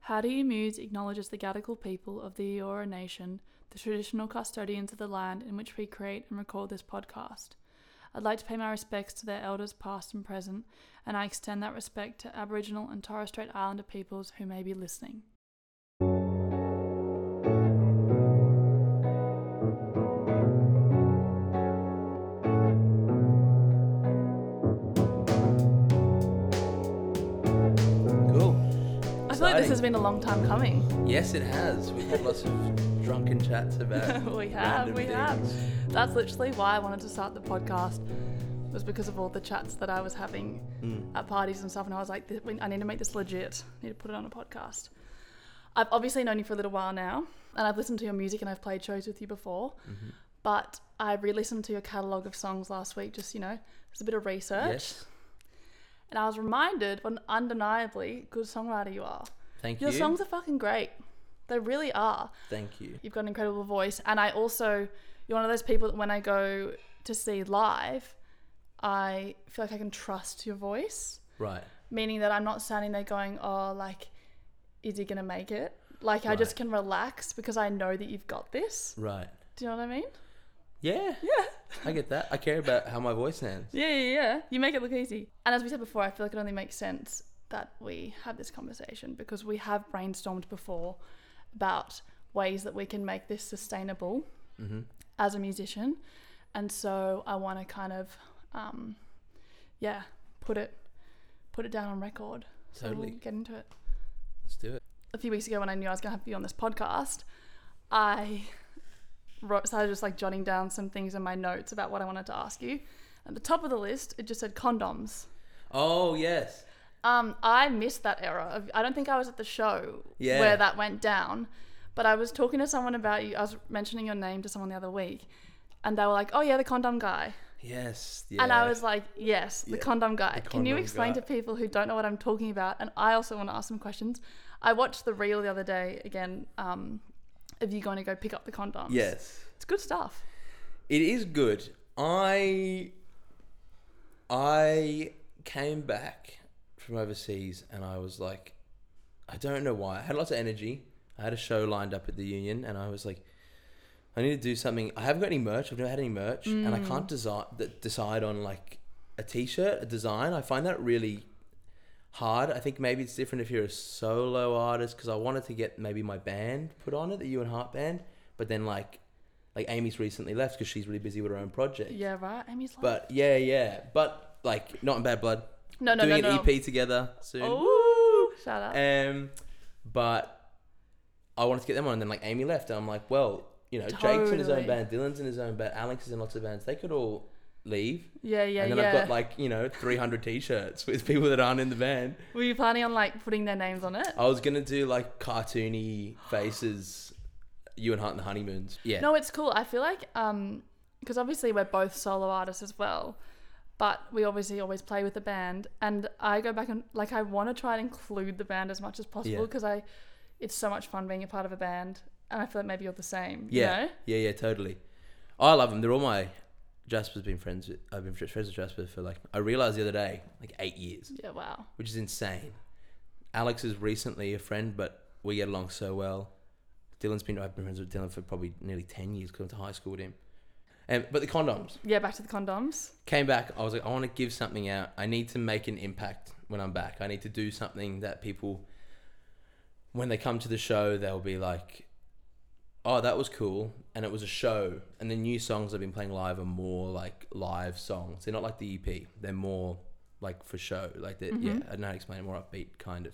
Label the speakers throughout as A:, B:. A: Paddy Muse acknowledges the Gadigal people of the Eora Nation, the traditional custodians of the land in which we create and record this podcast. I'd like to pay my respects to their elders past and present, and I extend that respect to Aboriginal and Torres Strait Islander peoples who may be listening.
B: Cool.
A: I feel like this
B: Exciting.
A: has been a long time coming.
B: Yes, it has. We've had lots of drunken chats about.
A: We have,
B: random
A: we
B: things.
A: have. That's literally why I wanted to start the podcast, was because of all the chats that I was having
B: Mm.
A: at parties and stuff, and I was like, "Th- we- I need to make this legit. I need to put it on a podcast. I've obviously known you for a little while now, and I've listened to your music and I've played shows with you before,
B: Mm-hmm.
A: but I re-listened to your catalogue of songs last week, just you know, just a bit of research,
B: Yes.
A: and I was reminded what an undeniably good songwriter you are.
B: Thank
A: Your
B: you.
A: songs are fucking great. They really are
B: Thank you.
A: you've got an incredible voice and i also you're one of those people that when i go to see live i feel like i can trust your voice
B: Right.
A: meaning that i'm not standing there going oh like is he gonna make it like i just
B: Right.
A: can relax because i know that you've got this
B: Right.
A: do you know what i mean
B: Yeah.
A: yeah
B: I get that. I care about how my voice sounds.
A: yeah yeah yeah you make it look easy and as we said before i feel like it only makes sense that we have this conversation because we have brainstormed before about ways that we can make this sustainable
B: hmm
A: as a musician, and so I want to kind of, um, yeah, put it put it down on record. So
B: Totally.
A: we'll get into it.
B: Let's do it.
A: A few weeks ago, when I knew I was gonna have you on this podcast, I wrote, started just like jotting down some things in my notes about what I wanted to ask you. At the top of the list, it just said condoms.
B: Oh yes.
A: Um, I missed that era. Of, I don't think I was at the show
B: Yeah.
A: where that went down, but I was talking to someone about you. I was mentioning your name to someone the other week, and they were like, "Oh yeah, the condom guy,"
B: Yes.
A: and I
B: yeah.
A: was like, "Yes, the
B: Yeah,
A: condom guy."
B: the
A: Can you
B: condom
A: explain
B: guy.
A: to people who don't know what I'm talking about? And I also want to ask some questions. I watched the reel the other day again. Um, of you going to go pick up the condoms?
B: Yes.
A: it's good stuff.
B: It is good. I I came back from overseas and I was like I don't know why. I had lots of energy. I had a show lined up at the union and I was like I need to do something. I haven't got any merch. I've never had any merch and I can't desi- d- decide on like a t-shirt, a design. I find that really hard. I think maybe it's different if you're a solo artist because I wanted to get maybe my band put on it, the You and Heart band, but then like like Amy's recently left because she's really busy with her own project.
A: Yeah, right. Amy's like,
B: But yeah, yeah, but like not in bad blood.
A: no, no,
B: Doing
A: no,
B: an
A: no.
B: EP together soon.
A: Oh, shout out.
B: Um, but I wanted to get them on, and then like Amy left, and I'm like, well, you know, Jake's in his
A: Totally.
B: own band, Dylan's in his own band, Alex is in lots of bands. They could all leave,
A: yeah, yeah,
B: and then
A: yeah.
B: I've got like you know 300 t-shirts with people that aren't in the band.
A: Were you planning on like putting their names on it?
B: I was gonna do like cartoony faces, you and Hart and the Honeymoons. Yeah,
A: No, it's cool. I feel like um because obviously we're both solo artists as well, but we obviously always play with the band and I go back and like I want to try and include the band as much as possible
B: Yeah.
A: because I it's so much fun being a part of a band and I feel like maybe you're the same,
B: yeah,
A: you know?
B: yeah, yeah, totally. I love them. They're all my. Jasper's been friends. With, I've been friends with Jasper for like I realized the other day, like eight years.
A: Yeah, wow.
B: which is insane. Alex is recently a friend, but we get along so well. Dylan's been I've been friends with Dylan for probably nearly ten years. 'cause I went to high school with him. Um, but the condoms
A: Yeah, back to the condoms.
B: came back. I was like, I want to give something out. I need to make an impact when I'm back. I need to do something that people, when they come to the show, they'll be like, "Oh, that was cool," and it was a show. And the new songs I've been playing live are more like live songs. They're not like the EP. They're more like for show. Like that.
A: Mm-hmm.
B: Yeah, I don't know how to explain it. More upbeat, kind of.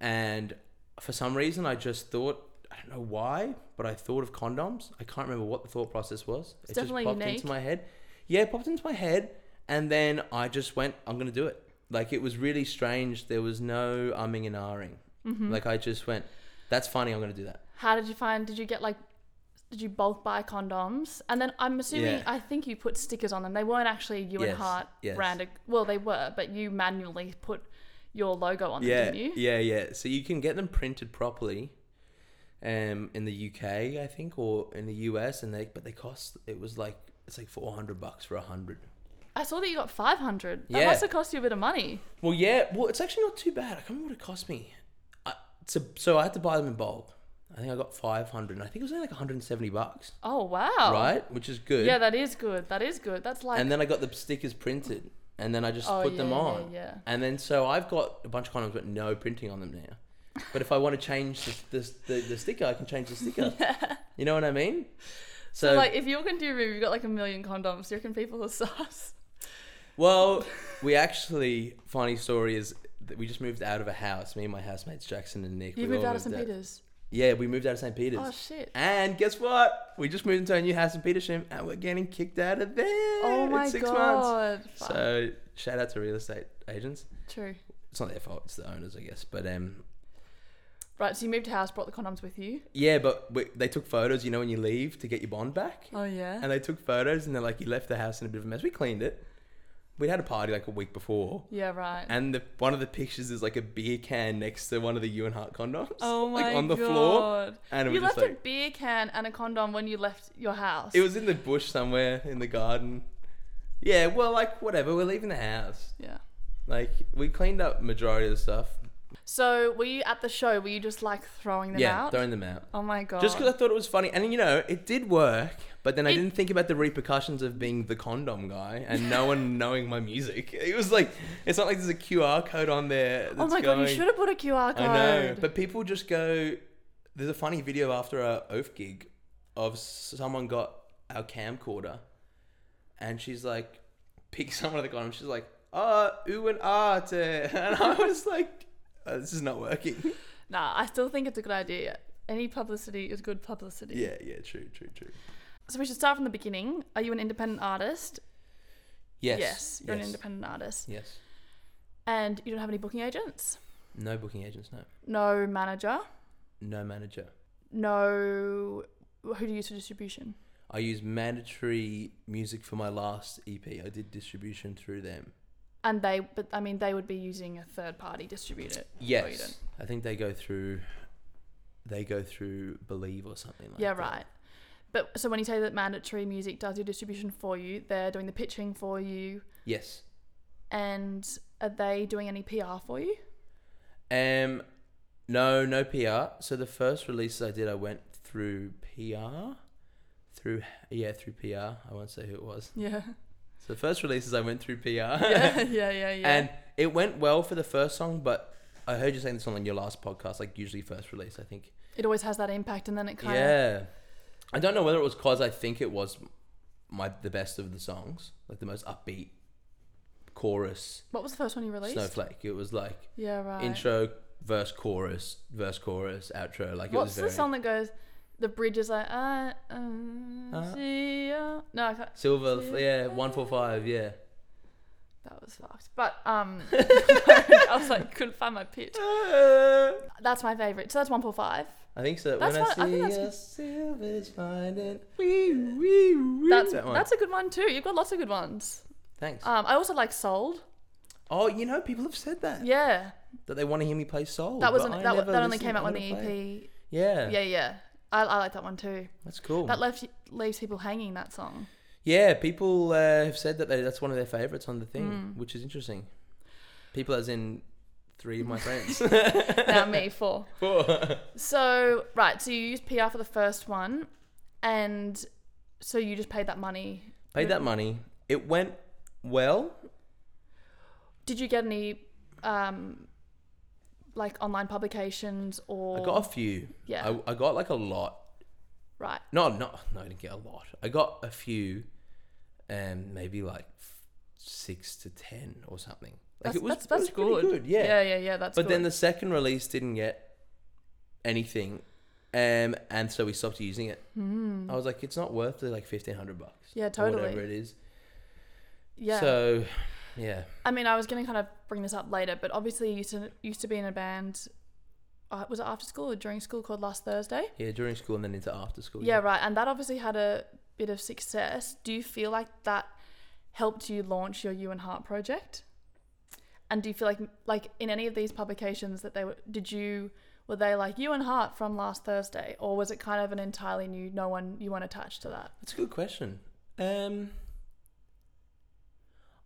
B: And for some reason, I just thought. I don't know why, but I thought of condoms. I can't remember what the thought process was. It's
A: definitely
B: just popped
A: unique.
B: into my head. Yeah, it popped into my head, and then I just went, "I'm gonna do it." Like it was really strange. There was no umming and ahhing.
A: Mm-hmm.
B: Like I just went, "That's funny. I'm gonna do that."
A: How did you find did you get like did you bulk buy condoms? And then I'm assuming
B: Yeah.
A: I think you put stickers on them. They weren't actually you and
B: Yes,
A: Hart
B: yes.
A: branded. Well, they were, but you manually put your logo on them,
B: yeah,
A: didn't you?
B: yeah, yeah. So you can get them printed properly, um, in the UK, I think, or in the US, and they but they cost. It was like it's like 400 bucks for a hundred.
A: I saw that you got 500. That
B: Yeah.
A: must have cost you a bit of money.
B: Well, yeah. Well, it's actually not too bad. I can't remember what it cost me. I, so, so I had to buy them in bulk. I think I got 500. And I think it was only like 170 bucks,
A: Oh wow.
B: right? Which is good.
A: Yeah, that is good. That is good. That's like
B: and then I got the stickers printed, and then I just
A: Oh,
B: put them
A: yeah, yeah,
B: on.
A: yeah.
B: And then so I've got a bunch of condoms, but no printing on them now. But if I want to change the the, the, the sticker, I can change the sticker. You know what I mean? So,
A: so, like if you're gonna do room, you've got like a million condoms. Do you reckon people are sus?
B: well, we actually funny story is that we just moved out of a house. Me and my housemates Jackson and Nick.
A: You
B: we
A: moved
B: all
A: out of St. Peter's.
B: Yeah, we moved out of St. Peter's.
A: Oh shit.
B: And guess what? We just moved into a new house in Petersham, and we're getting kicked out of there.
A: Oh
B: in
A: my
B: six Months.
A: god. Fuck.
B: So shout out to real estate agents.
A: True.
B: it's not their fault. It's the owners, I guess. But um,
A: Right, so you moved house, brought the condoms with you.
B: yeah, but we, they took photos. You know, when you leave to get your bond back,
A: Oh yeah.
B: and they took photos, and they're like, you left the house in a bit of a mess. We cleaned it. We'd had a party like a week before,
A: Yeah, right.
B: and the, one of the pictures is like a beer can next to one of the you and Hart condoms,
A: Oh my
B: like on the
A: god.
B: floor, and it
A: You
B: was
A: left
B: just like
A: a beer can and a condom when you left your house.
B: it was in the bush somewhere in the garden. Yeah, well, like whatever. We're leaving the house.
A: yeah.
B: Like we cleaned up majority of the stuff.
A: So were you at the show? Were you just like throwing them
B: yeah,
A: out?
B: throwing them out.
A: oh my god.
B: Just because I thought it was funny, and you know, it did work. But then I
A: It-
B: didn't think about the repercussions of being the condom guy and no one knowing my music. It was like it's not like there's a QR code on there. That's
A: Oh my god,
B: going,
A: you should have put a QR code.
B: I know, but people just go. There's a funny video after a oath gig, of someone got our camcorder, and she's like, picks someone at the condom. She's like, ah, ooh and ah, te," and I was like, oh, this is not working.
A: Nah, I still think it's a good idea. Any publicity is good publicity.
B: Yeah, yeah, true, true, true.
A: So we should start from the beginning. Are you an independent artist?
B: Yes,
A: you're an
B: yes,
A: independent artist.
B: Yes.
A: And you don't have any booking agents?
B: No booking agents, no.
A: No manager?
B: No manager.
A: No. Who do you use for distribution?
B: I use mandatory music for my last EP. I did distribution through them.
A: And they, but I mean, they would be using a third party distributor. Oh, you
B: Yes.
A: don't.
B: I think they go through they go through Believe or something like
A: yeah,
B: that.
A: right. But so when you say that mandatory music does your distribution for you, they're doing the pitching for you,
B: Yes.
A: and are they doing any PR for you?
B: Um no, no PR. So the first releases I did I went through PR. Through yeah, through PR. I won't say who it was.
A: Yeah.
B: So the first releases I went through PR.
A: Yeah, yeah, yeah, yeah.
B: And it went well for the first song, but I heard you saying this on your last podcast, like usually first release, I think.
A: it always has that impact, and then it kind of.
B: yeah. I don't know whether it was cause I think it was my the best of the songs, like the most upbeat chorus
A: What was the first one you released?
B: snowflake. It was like
A: Yeah, right.
B: intro, verse, chorus, verse, chorus, outro. Like it
A: What's
B: was very
A: the song that goes? The bridge is like I um,
B: Uh,
A: see ya. No, I can't.
B: silver. Yeah, one four five. Yeah.
A: That was fucked. But um, I was like, couldn't find my pitch. That's my favorite. So that's one four five.
B: I think so.
A: That's
B: when
A: what- I think
B: I
A: that's
B: see
A: good.
B: a silver's finding, wee wee wee.
A: That's
B: that one.
A: that's a good one too. You've got lots of good ones.
B: Thanks.
A: Um, I also like Sold.
B: oh, you know, people have said that
A: Yeah,
B: that they want to hear me play soul.
A: that
B: but
A: wasn't
B: I
A: that. wa-
B: never
A: That only
B: listened-
A: came out
B: I
A: when
B: wanna
A: the EP.
B: play it. Yeah,
A: Yeah, yeah. I, I like that one too.
B: that's cool.
A: That left leaves people hanging. That song.
B: Yeah, people uh, have said that they, that's one of their favorites on the thing,
A: Hmm.
B: which is interesting. People, as in three of my friends.
A: now me four.
B: Four.
A: So right, so you used PR for the first one, and so you just paid that money.
B: Paid that money. It went well.
A: Did you get any, um, like online publications or
B: I got a few.
A: Yeah.
B: I, I got like a lot.
A: right?
B: No, no, no, I didn't get a lot. I got a few, um, maybe like f- six to ten or something. Like
A: That's,
B: it was
A: that's, that's
B: it was pretty
A: good.
B: Yeah.
A: yeah, yeah, yeah. That's
B: but then
A: good.
B: the second release didn't get anything, um, and so we stopped using it.
A: Hmm.
B: I was like, it's not worth the like fifteen hundred bucks.
A: Yeah,
B: or
A: totally.
B: Whatever it is.
A: yeah.
B: So, yeah.
A: I mean, I was gonna kind of bring this up later, but obviously you used to used to be in a band. Uh, was it after school or during school called Last Thursday?
B: Yeah, during school and then into after school.
A: Yeah, right. And that obviously had a bit of success. Do you feel like that helped you launch your You and Heart project? And do you feel like like in any of these publications that they were did you were they like You and Heart from last Thursday or was it kind of an entirely new no one you weren't attached to that?
B: That's a good question. Um,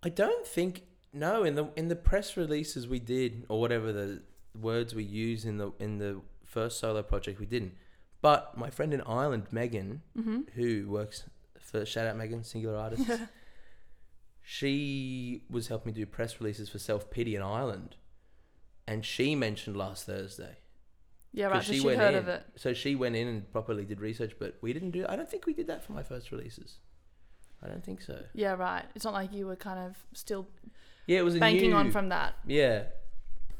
B: I don't think no in the in the press releases we did or whatever the words we use in the in the first solo project we didn't. But my friend in Ireland, Megan,
A: Mm-hmm.
B: who works for shout out Megan, singular artist, she was helping me do press releases for Self Pity in Ireland, and she mentioned last Thursday.
A: Yeah,
B: 'Cause
A: right. So
B: she
A: she
B: went
A: heard
B: in.
A: of it.
B: So she went in and properly did research, but we didn't do. I don't think we did that for my first releases. I don't think so.
A: Yeah, right. It's not like you were kind of still
B: Yeah, it was a
A: banking
B: new,
A: on from that.
B: Yeah,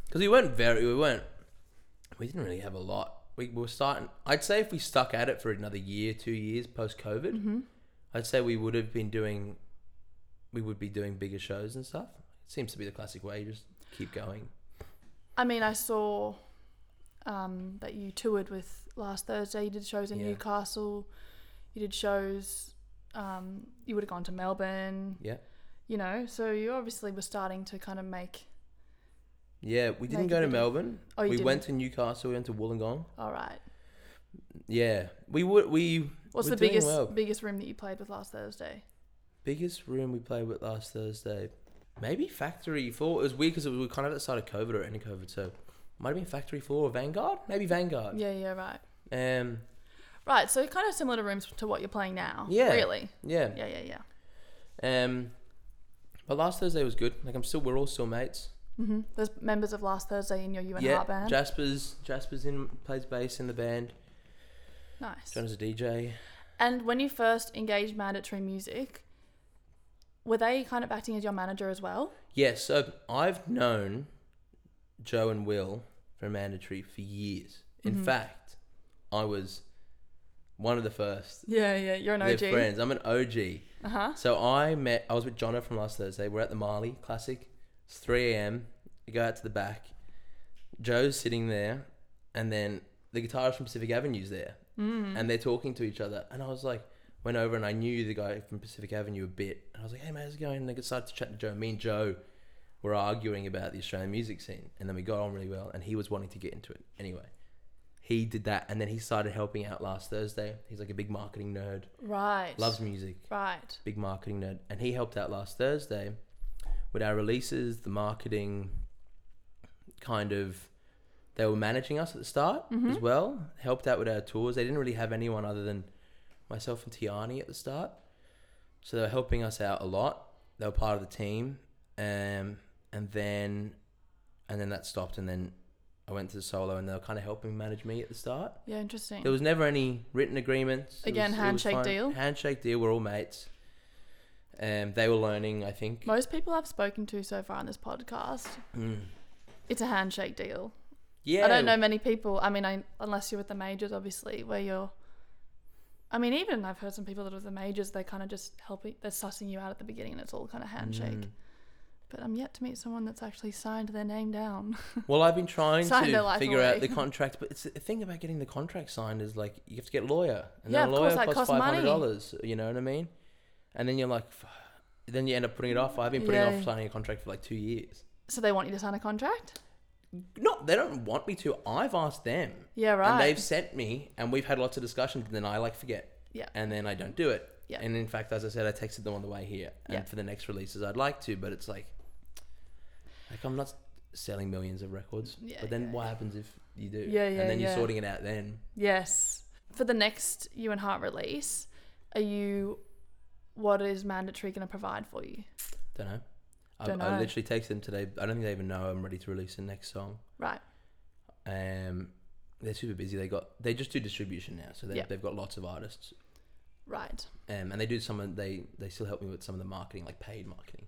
B: because we weren't very. We weren't. We didn't really have a lot. We were starting. I'd say if we stuck at it for another year, two years post COVID,
A: Mm-hmm.
B: I'd say we would have been doing, we would be doing bigger shows and stuff. It seems to be the classic way. You just keep going.
A: I mean, I saw um, that you toured with last Thursday. You did shows in
B: Yeah.
A: Newcastle. You did shows. Um, you would have gone to Melbourne.
B: Yeah.
A: You know, so you obviously were starting to kind of make.
B: Yeah, we didn't
A: Like
B: go
A: a bit
B: to
A: of-
B: Melbourne.
A: Oh, you
B: we
A: didn't?
B: went to Newcastle. We went to Wollongong.
A: All right.
B: Yeah, we would. We
A: What's the
B: We're doing
A: biggest
B: well.
A: biggest room that you played with last Thursday?
B: biggest room we played with last Thursday, maybe Factory Four. It was weird because we were kind of at the start of COVID or end of COVID, so might have been Factory Four or Vanguard. Maybe Vanguard.
A: Yeah, yeah, right.
B: Um.
A: Right, so kind of similar to rooms to what you're playing now.
B: Yeah.
A: Really.
B: Yeah.
A: Yeah, yeah, yeah.
B: Um. But last Thursday was good. Like I'm still. We're all still mates.
A: hmm There's members of Last Thursday in your UN Heart band.
B: Jasper's Jasper's in plays bass in the band.
A: nice.
B: John is a DJ.
A: And when you first engaged mandatory music, were they kind of acting as your manager as well?
B: Yeah, so I've known Joe and Will from Mandatory for years. In
A: Mhm.
B: fact, I was one of the first.
A: Yeah, yeah. You're an
B: They're
A: OG.
B: friends. I'm an OG.
A: Uh huh.
B: So I met. I was with Jono from last Thursday. We're at the Marley Classic. It's 3 a.m. You go out to the back. Joe's sitting there, and then the guitarist from Pacific Avenue's there,
A: Mm.
B: and they're talking to each other. And I was like, went over and I knew the guy from Pacific Avenue a bit. And I was like, hey, man, how's it going? And I started to chat to Joe. Me and Joe were arguing about the Australian music scene. And then we got on really well. And he was wanting to get into it. Anyway, he did that. And then he started helping out last Thursday. He's like a big marketing nerd,
A: Right.
B: loves music,
A: Right.
B: big marketing nerd. And he helped out last Thursday with our releases, the marketing kind of. They were managing us at the start as
A: Mhm.
B: well. Helped out with our tours. They didn't really have anyone other than myself and Tiani at the start, so they were helping us out a lot. They were part of the team, um, and then, and then that stopped. And then I went to the solo, and they were kind of helping manage me at the start.
A: Yeah, interesting.
B: There was never any written agreements. It
A: Again,
B: was- it was
A: handshake
B: fine.
A: deal?
B: Handshake deal. We're all mates. Um, they were learning, I think.
A: Most people I've spoken to so far on this podcast,
B: Mm.
A: it's a handshake deal.
B: Yeah.
A: I don't know many people. I mean, I, unless you're with the majors, obviously, where you're. I mean, even I've heard some people that are with the majors, they kind of just help. e- They're sussing you out at the beginning, and it's all kind of handshake.
B: Mm.
A: But I'm yet to meet someone that's actually signed their name down.
B: Well, I've been trying
A: Sign their
B: to
A: life
B: figure out
A: away.
B: the contract, but it's the thing about getting the contract signed is like you have to get a lawyer, and
A: Yeah,
B: then a
A: of course,
B: lawyer
A: that
B: costs
A: costs
B: five
A: money.
B: hundred dollars. You know what I mean? And then you're like, "F- then you end up putting it off. I've been putting
A: Yeah.
B: off signing a contract for like two years.
A: so they want you to sign a contract?
B: No, they don't want me to. I've asked them,
A: Yeah, right.
B: and they've sent me, and we've had lots of discussions. And then I like forget,
A: Yeah.
B: and then I don't do it.
A: Yeah.
B: And in fact, as I said, I texted them on the way here, and
A: Yeah.
B: for the next releases, I'd like to, but it's like, like I'm not selling millions of records.
A: Yeah,
B: but then
A: yeah,
B: what
A: yeah.
B: happens if you do?
A: Yeah, yeah,
B: And then you're
A: yeah.
B: sorting it out then.
A: Yes. For the next You and Heart release, are you? What is mandatory going to provide for you?
B: Don't know. I,
A: Don't
B: I
A: know.
B: literally texted them today. I don't think they even know I'm ready to release the next song.
A: Right.
B: Um, they're super busy. They got they just do distribution now, so they,
A: Yeah.
B: they've got lots of artists.
A: Right.
B: Um, and they do some of they they still help me with some of the marketing, like paid marketing.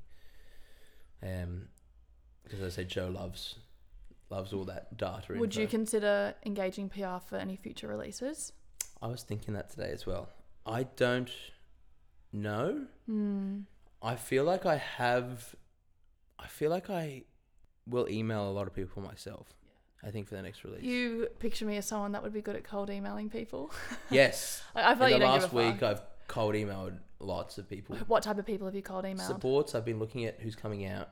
B: Um, because I say Joe loves loves all that data.
A: Would
B: info.
A: you consider engaging PR for any future releases?
B: I was thinking that today as well. I don't know.
A: Hmm.
B: I feel like I have. I feel like I will email a lot of people myself. I think for the next release.
A: You picture me as someone that would be good at cold emailing people.
B: yes.
A: Like, I feel like
B: In the
A: you don't
B: last um,
A: give a
B: week, I've cold emailed lots of people.
A: fuck. What type of people have you cold emailed?
B: Supports. I've been looking at who's coming out.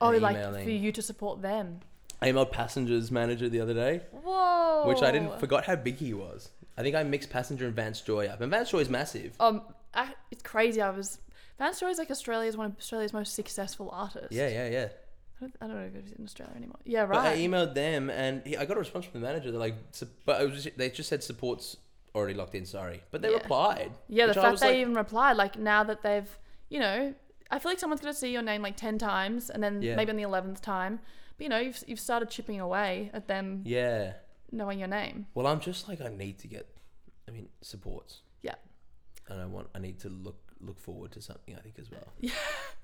A: oh,
B: and
A: like
B: emailing.
A: for you to support them.
B: I emailed passengers manager the other day,
A: Whoa.
B: which I didn't forgot how big he was. I think I mixed passenger and Vance Joy up, and Vance Joy is massive.
A: Um, I, it's crazy. I was. Vance Joy is like Australia's one of Australia's most successful artists.
B: Yeah, yeah, yeah.
A: I don't, I don't know if it's in Australia anymore. Yeah,
B: But uh, I
A: right.
B: emailed them and he, I got a response from the manager. They're like, "Sup- but it was just, they just said support's already locked in. Sorry, but they
A: Yeah.
B: replied.
A: yeah, the
B: which I
A: fact
B: was
A: they
B: like-
A: even replied, like now that they've, you know, I feel like someone's gonna see your name like ten times, and then
B: Yeah.
A: maybe on the eleventh time, but you know, you've you've started chipping away at them
B: yeah.
A: knowing your name.
B: Well, I'm just like I need to get. I mean, supports.
A: Yeah.
B: And I want. I need to look look forward to something. I think as well.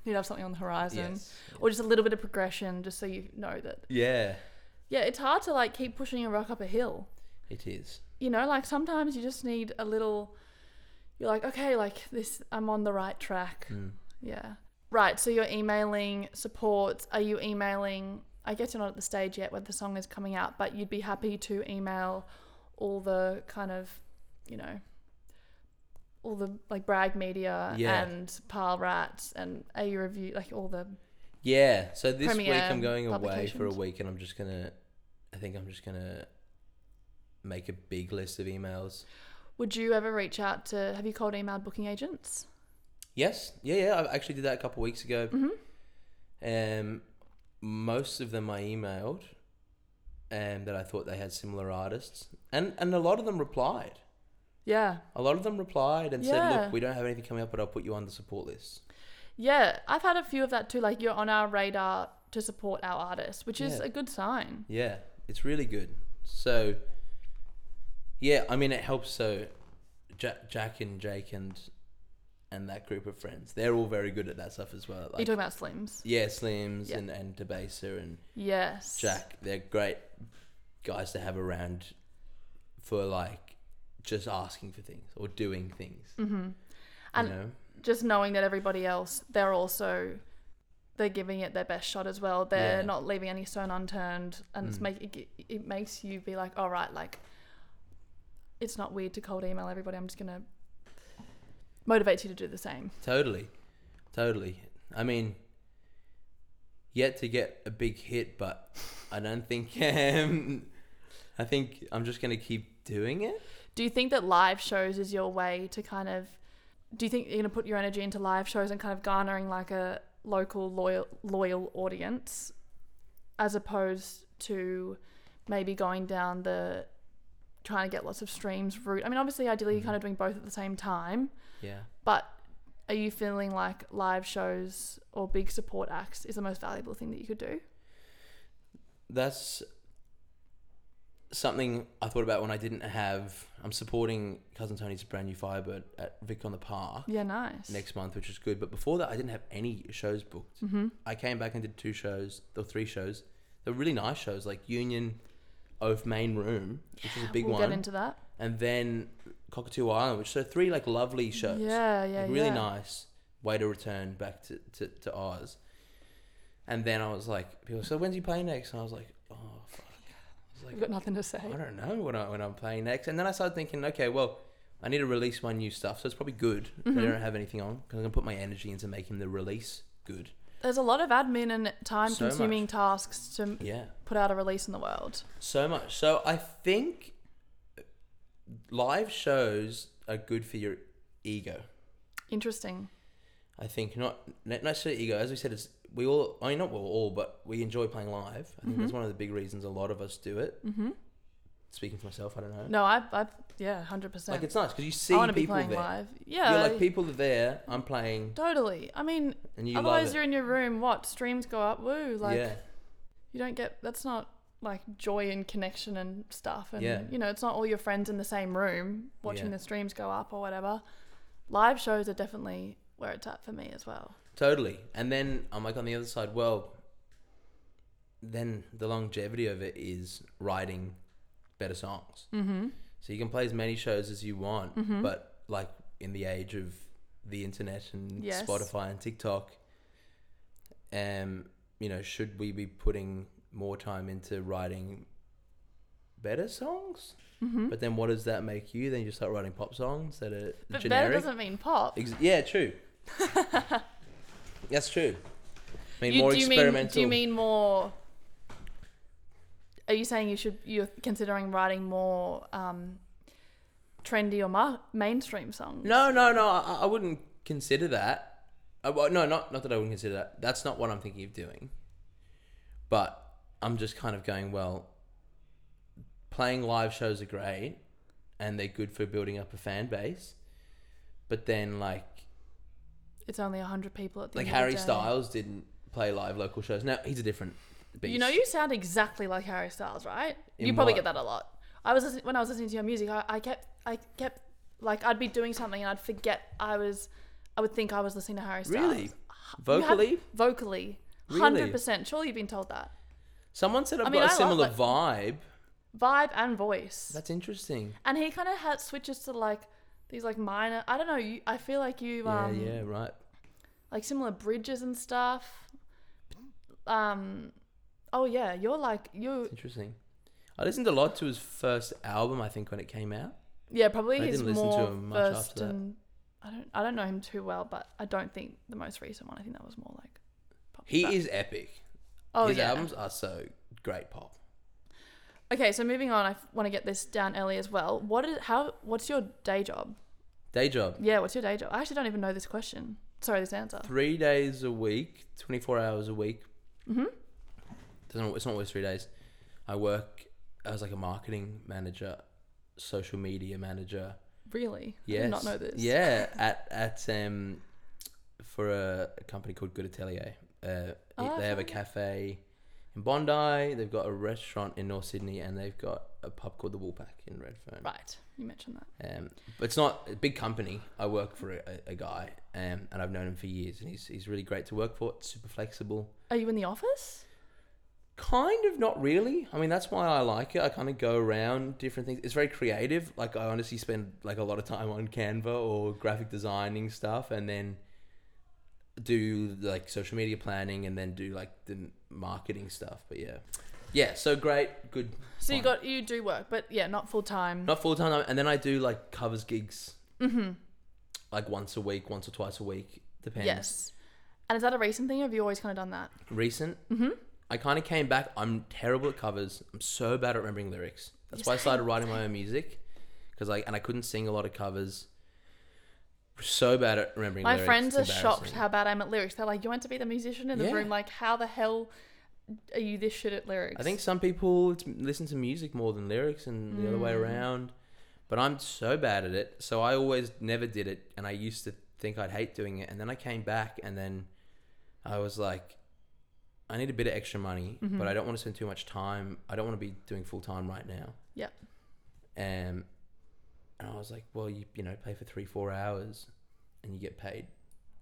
A: You'd have something on the horizon,
B: Yes.
A: or just a little bit of progression, just so you know that.
B: Yeah,
A: Yeah, it's hard to like keep pushing a rock up a hill.
B: it is.
A: you know like sometimes you just need a little you're like okay like this i'm on the right track
B: Hmm.
A: yeah right so you're emailing supports are you emailing i guess you're not at the stage yet where the song is coming out but you'd be happy to email all the kind of you know all the like brag media
B: Yeah.
A: and pile rats and au review like all the
B: Yeah. So this week
A: Premiere
B: I'm going away for a
A: publications.
B: week, and I'm just gonna. I think I'm just gonna make a big list of emails.
A: would you ever reach out to have you called emailed booking agents
B: Yes. Yeah. Yeah. I actually did that a couple weeks ago.
A: Mm-hmm.
B: Um, most of them I emailed, um, that I thought they had similar artists, and and a lot of them replied.
A: yeah
B: A lot of them replied and said,
A: Yeah.
B: "Look, we don't have anything coming up, but I'll put you on the support list."
A: Yeah, I've had a few of that too. Like you're on our radar to support our artists, which is
B: Yeah.
A: a good sign.
B: Yeah, it's really good. So, yeah, I mean, it helps. So, Jack, Jack and Jake and and that group of friends, they're all very good at that stuff as well.
A: Are you
B: Like,
A: talking about Slims?
B: yeah, Slims
A: Yeah.
B: and and Debaser and
A: Yes.
B: Jack, they're great guys to have around for like just asking for things or doing things.
A: Mm-hmm.
B: You
A: And-
B: know,
A: Just knowing that everybody else, they're also they're giving it their best shot as well. They're
B: Yeah.
A: not leaving any stone unturned, and it's
B: Mm.
A: make it, gi- it makes you be like, all right, like it's not weird to cold email everybody. I'm just gonna motivate you to do the same.
B: totally, totally. I mean, yet to get a big hit, but I don't think. Um, I think I'm just gonna keep doing it.
A: Do you think that live shows is your way to kind of? Do you think you're gonna put your energy into live shows and kind of garnering like a local loyal loyal audience, as opposed to maybe going down the trying to get lots of streams route? I mean, obviously, ideally, you're kind
B: Mm-hmm.
A: of doing both at the same time,
B: Yeah.
A: but are you feeling like live shows or big support acts is the most valuable thing that you could do?
B: that's something I thought about when I didn't have. I'm supporting cousin Tony's brand new Firebird at Vic on the Park
A: Yeah, nice.
B: next month, which is good. But before that, I didn't have any shows booked.
A: Mm-hmm.
B: I came back and did two shows or three shows. They were really nice shows, like Union of Main Room, which is a big
A: we'll
B: one,
A: get into that.
B: and then Cockatoo Island, which are three like lovely shows
A: Yeah, yeah,
B: like, really
A: yeah.
B: nice way to return back to, to, to Oz. And then I was like, people said, when's you playing next? And I was like, oh, fuck. I was
A: We've
B: like,
A: got nothing to say.
B: I don't know when, I, when I'm playing next. And then I started thinking, okay, well, I need to release my new stuff. So it's probably good. that
A: Mm-hmm.
B: I don't have anything on because I'm going to put my energy into making the release good.
A: There's a lot of admin and time consuming
B: much.
A: tasks to
B: Yeah.
A: put out a release in the world.
B: So much. So I think live shows are good for your ego.
A: Interesting.
B: I think not not necessarily ego. As we said, it's we all. I mean, not we all, but we enjoy playing live. I think
A: Mm-hmm.
B: that's one of the big reasons a lot of us do it. Mm-hmm. Speaking for myself, I don't know.
A: No, I, I yeah, 100%.
B: Like it's nice because you see
A: I want to be
B: people
A: playing
B: there.
A: live.
B: You're
A: Yeah.
B: like people are there. I'm playing,
A: totally. I mean,
B: and you
A: otherwise
B: love it.
A: you're in your room, what? Streams go up, woo. Like,
B: yeah,
A: you don't get, that's not like joy and connection and stuff. And,
B: Yeah.
A: you know, it's not all your friends in the same room watching
B: Yeah.
A: the streams go up or whatever. Live shows are definitely where it's at for me as well.
B: totally. And then I'm like on the other side. Well, then the longevity of it is writing better songs.
A: Mm-hmm.
B: So you can play as many shows as you want, but like in the age of the internet and
A: Yes.
B: Spotify and TikTok, um, you know, should we be putting more time into writing better songs?
A: Mhm.
B: But then, what does that make you? Then you start writing pop songs that are
A: But better
B: generic.
A: doesn't mean pop.
B: Ex- yeah, true. That's true. I mean,
A: You-
B: more
A: do you
B: experimental.
A: Mean, do you mean more? Are you saying you should you're considering writing more um, trendy or ma- mainstream songs?
B: No, no, no. I, I wouldn't Uh, consider that. I, well, no, not not that I wouldn't consider that. That's not what I'm thinking of doing. But I'm just kind of going, well, playing live shows are great and they're good for building up a fan base. But then, like,
A: It's only hundred people at the
B: like
A: end of the
B: Harry
A: day.
B: Styles didn't play live local shows. Now he's a different beast.
A: You know, you sound exactly like Harry Styles, right?
B: In
A: you probably get
B: what?
A: that a lot. I was listening, when I was listening to your music, I, I kept, I kept, like, I'd be doing something and I'd forget I was, I would think I was listening to Harry Styles.
B: really
A: You have-
B: vocally.
A: vocally,
B: Really?
A: hundred percent. Surely you've been told that.
B: Someone said I've
A: mean,
B: got
A: I
B: a
A: love
B: similar
A: that-
B: vibe.
A: Vibe and voice,
B: That's interesting.
A: and he kind of had switches to like these like minor. I don't know. You, I feel like you, um,
B: yeah, yeah, right.
A: like similar bridges and stuff. Um, oh yeah, you're like you.
B: Interesting. I listened a lot to his first album, I think, when it came out.
A: Yeah, probably
B: I
A: he's
B: didn't listen to
A: more
B: him much after
A: versed
B: that.
A: in. I don't. I don't know him too well, but I don't think the most recent one. I think that was more like. Pop
B: He
A: that-
B: is epic.
A: Uh, Oh
B: his
A: yeah.
B: albums are so great pop.
A: Okay, so moving on. I want to get this down early as well. What is how? What's your day job?
B: Day job.
A: Yeah, what's your day job? I actually don't even know this question. Sorry, this answer.
B: Three days a week, 24 hours a week. Mm-hmm. Doesn't, it's not always three days. I work as like a marketing manager, social media manager.
A: Really? I
B: Yes.
A: did not know this.
B: Yeah, at at um, for a, a company called Good Atelier. Uh, it-
A: Oh,
B: they have a
A: okay.
B: cafe in Bondi. They've got a restaurant in North Sydney, and they've got a pub called the Woolpack in Redfern.
A: Right. You mentioned that.
B: Um, but it's not a big company. I work for a, a guy, um, and I've known him for years, and he's he's really great to work for. Super flexible.
A: Are you in the office?
B: Kind of not really. I mean, that's why I like it. I kind of go around different things. It's very creative. Like I honestly spend like a lot of time on Canva or graphic designing stuff, and then do like social media planning, and then do like the marketing stuff. But yeah, yeah. So great, good.
A: So you
B: Fine.
A: got you do work, but yeah, not full time.
B: Not full time, and then I do like covers gigs,
A: mm-hmm.
B: like once a week, once or twice a week, depends.
A: Yes. And is that a recent thing? Or have you always kind of done that?
B: Recent.
A: Mhm.
B: I kind of came back. I'm terrible at covers. I'm so bad at remembering lyrics. That's
A: Yes,
B: why I
A: same,
B: started writing my own music, because like, and I couldn't sing a lot of covers. So bad at remembering.
A: My
B: lyrics.
A: friends are
B: It's
A: shocked
B: embarrassing.
A: how bad I'm at lyrics. They're like, "You went to be the musician in the
B: Yeah.
A: room. Like, how the hell are you this shit at lyrics?"
B: I think some people t- listen to music more than lyrics, and the other way
A: Mm.
B: around. But I'm so bad at it, so I always never did it, and I used to think I'd hate doing it, and then I came back, and then I was like, I need a bit of extra money, but
A: Mm-hmm.
B: I don't want to spend too much time. I don't want to be doing full time right now.
A: Yep.
B: Um, and I was like, well, you you know, play for three four hours, and you get paid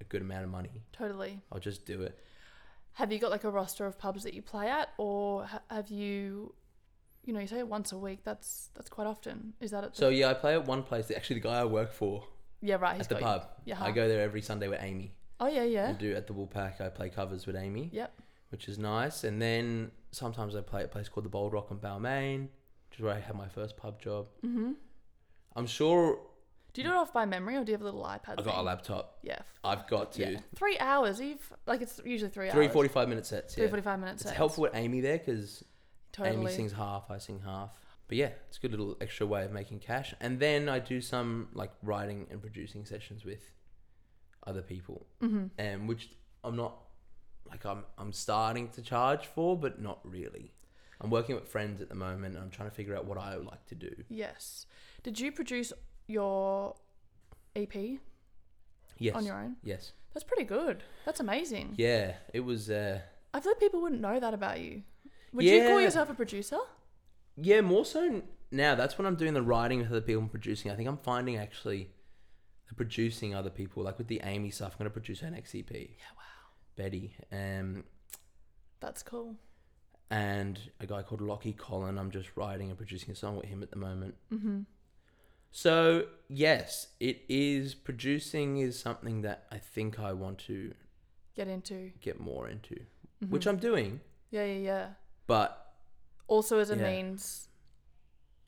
B: a good amount of money.
A: totally.
B: I'll just do it.
A: Have you got like a roster of pubs that you play at, or ha- have you, you know, you say once a week? That's that's quite often. Is that at the,
B: So yeah, I play at one place. Actually, the guy I work for
A: yeah right? he's
B: at the
A: got you.
B: pub.
A: Yeah.
B: I go there every Sunday with Amy.
A: Oh yeah,
B: I
A: Uh-huh. yeah.
B: do at the Woolpack. I play covers with Amy.
A: Yep.
B: Which is nice. And then sometimes I play at a place called the Bold Rock on Balmain, which is where I had my first pub job.
A: hmm
B: I'm sure
A: Do you do it off by memory, or do you have a little iPad?
B: I got a
A: thing?
B: laptop.
A: Yeah.
B: I've got to
A: Yeah. Three hours. You've like it's usually three hours.
B: three forty-five minute sets.
A: Three
B: Yeah,
A: forty-five minutes.
B: it's helpful with Amy there because
A: Totally.
B: Amy sings half, I sing half. But yeah, it's a good little extra way of making cash. And then I do some like writing and producing sessions with other people,
A: hmm
B: um, which I'm not like I'm I'm starting to charge for, but not really. I'm working with friends at the moment, and I'm trying to figure out what I would like to do.
A: Yes. Did you produce your EP
B: Yes,
A: on your own?
B: yes,
A: That's pretty good. That's amazing.
B: yeah. It was uh,
A: I feel like people wouldn't know that about you. Would you call
B: Yeah.
A: yourself a producer?
B: Yeah, more so now. That's when I'm doing the writing with other people and producing. I think I'm finding actually the producing other people, like with the Amy stuff. I'm gonna produce her next EP. Yeah, wow. Betty, um,
A: That's cool.
B: and a guy called Lockie Collin. I'm just writing and producing a song with him at the moment.
A: hmm
B: So yes, it is producing is something that I think I want to
A: Get into.
B: get more into, which I'm doing.
A: Yeah, yeah, yeah.
B: But
A: Also, as a
B: Yeah.
A: means,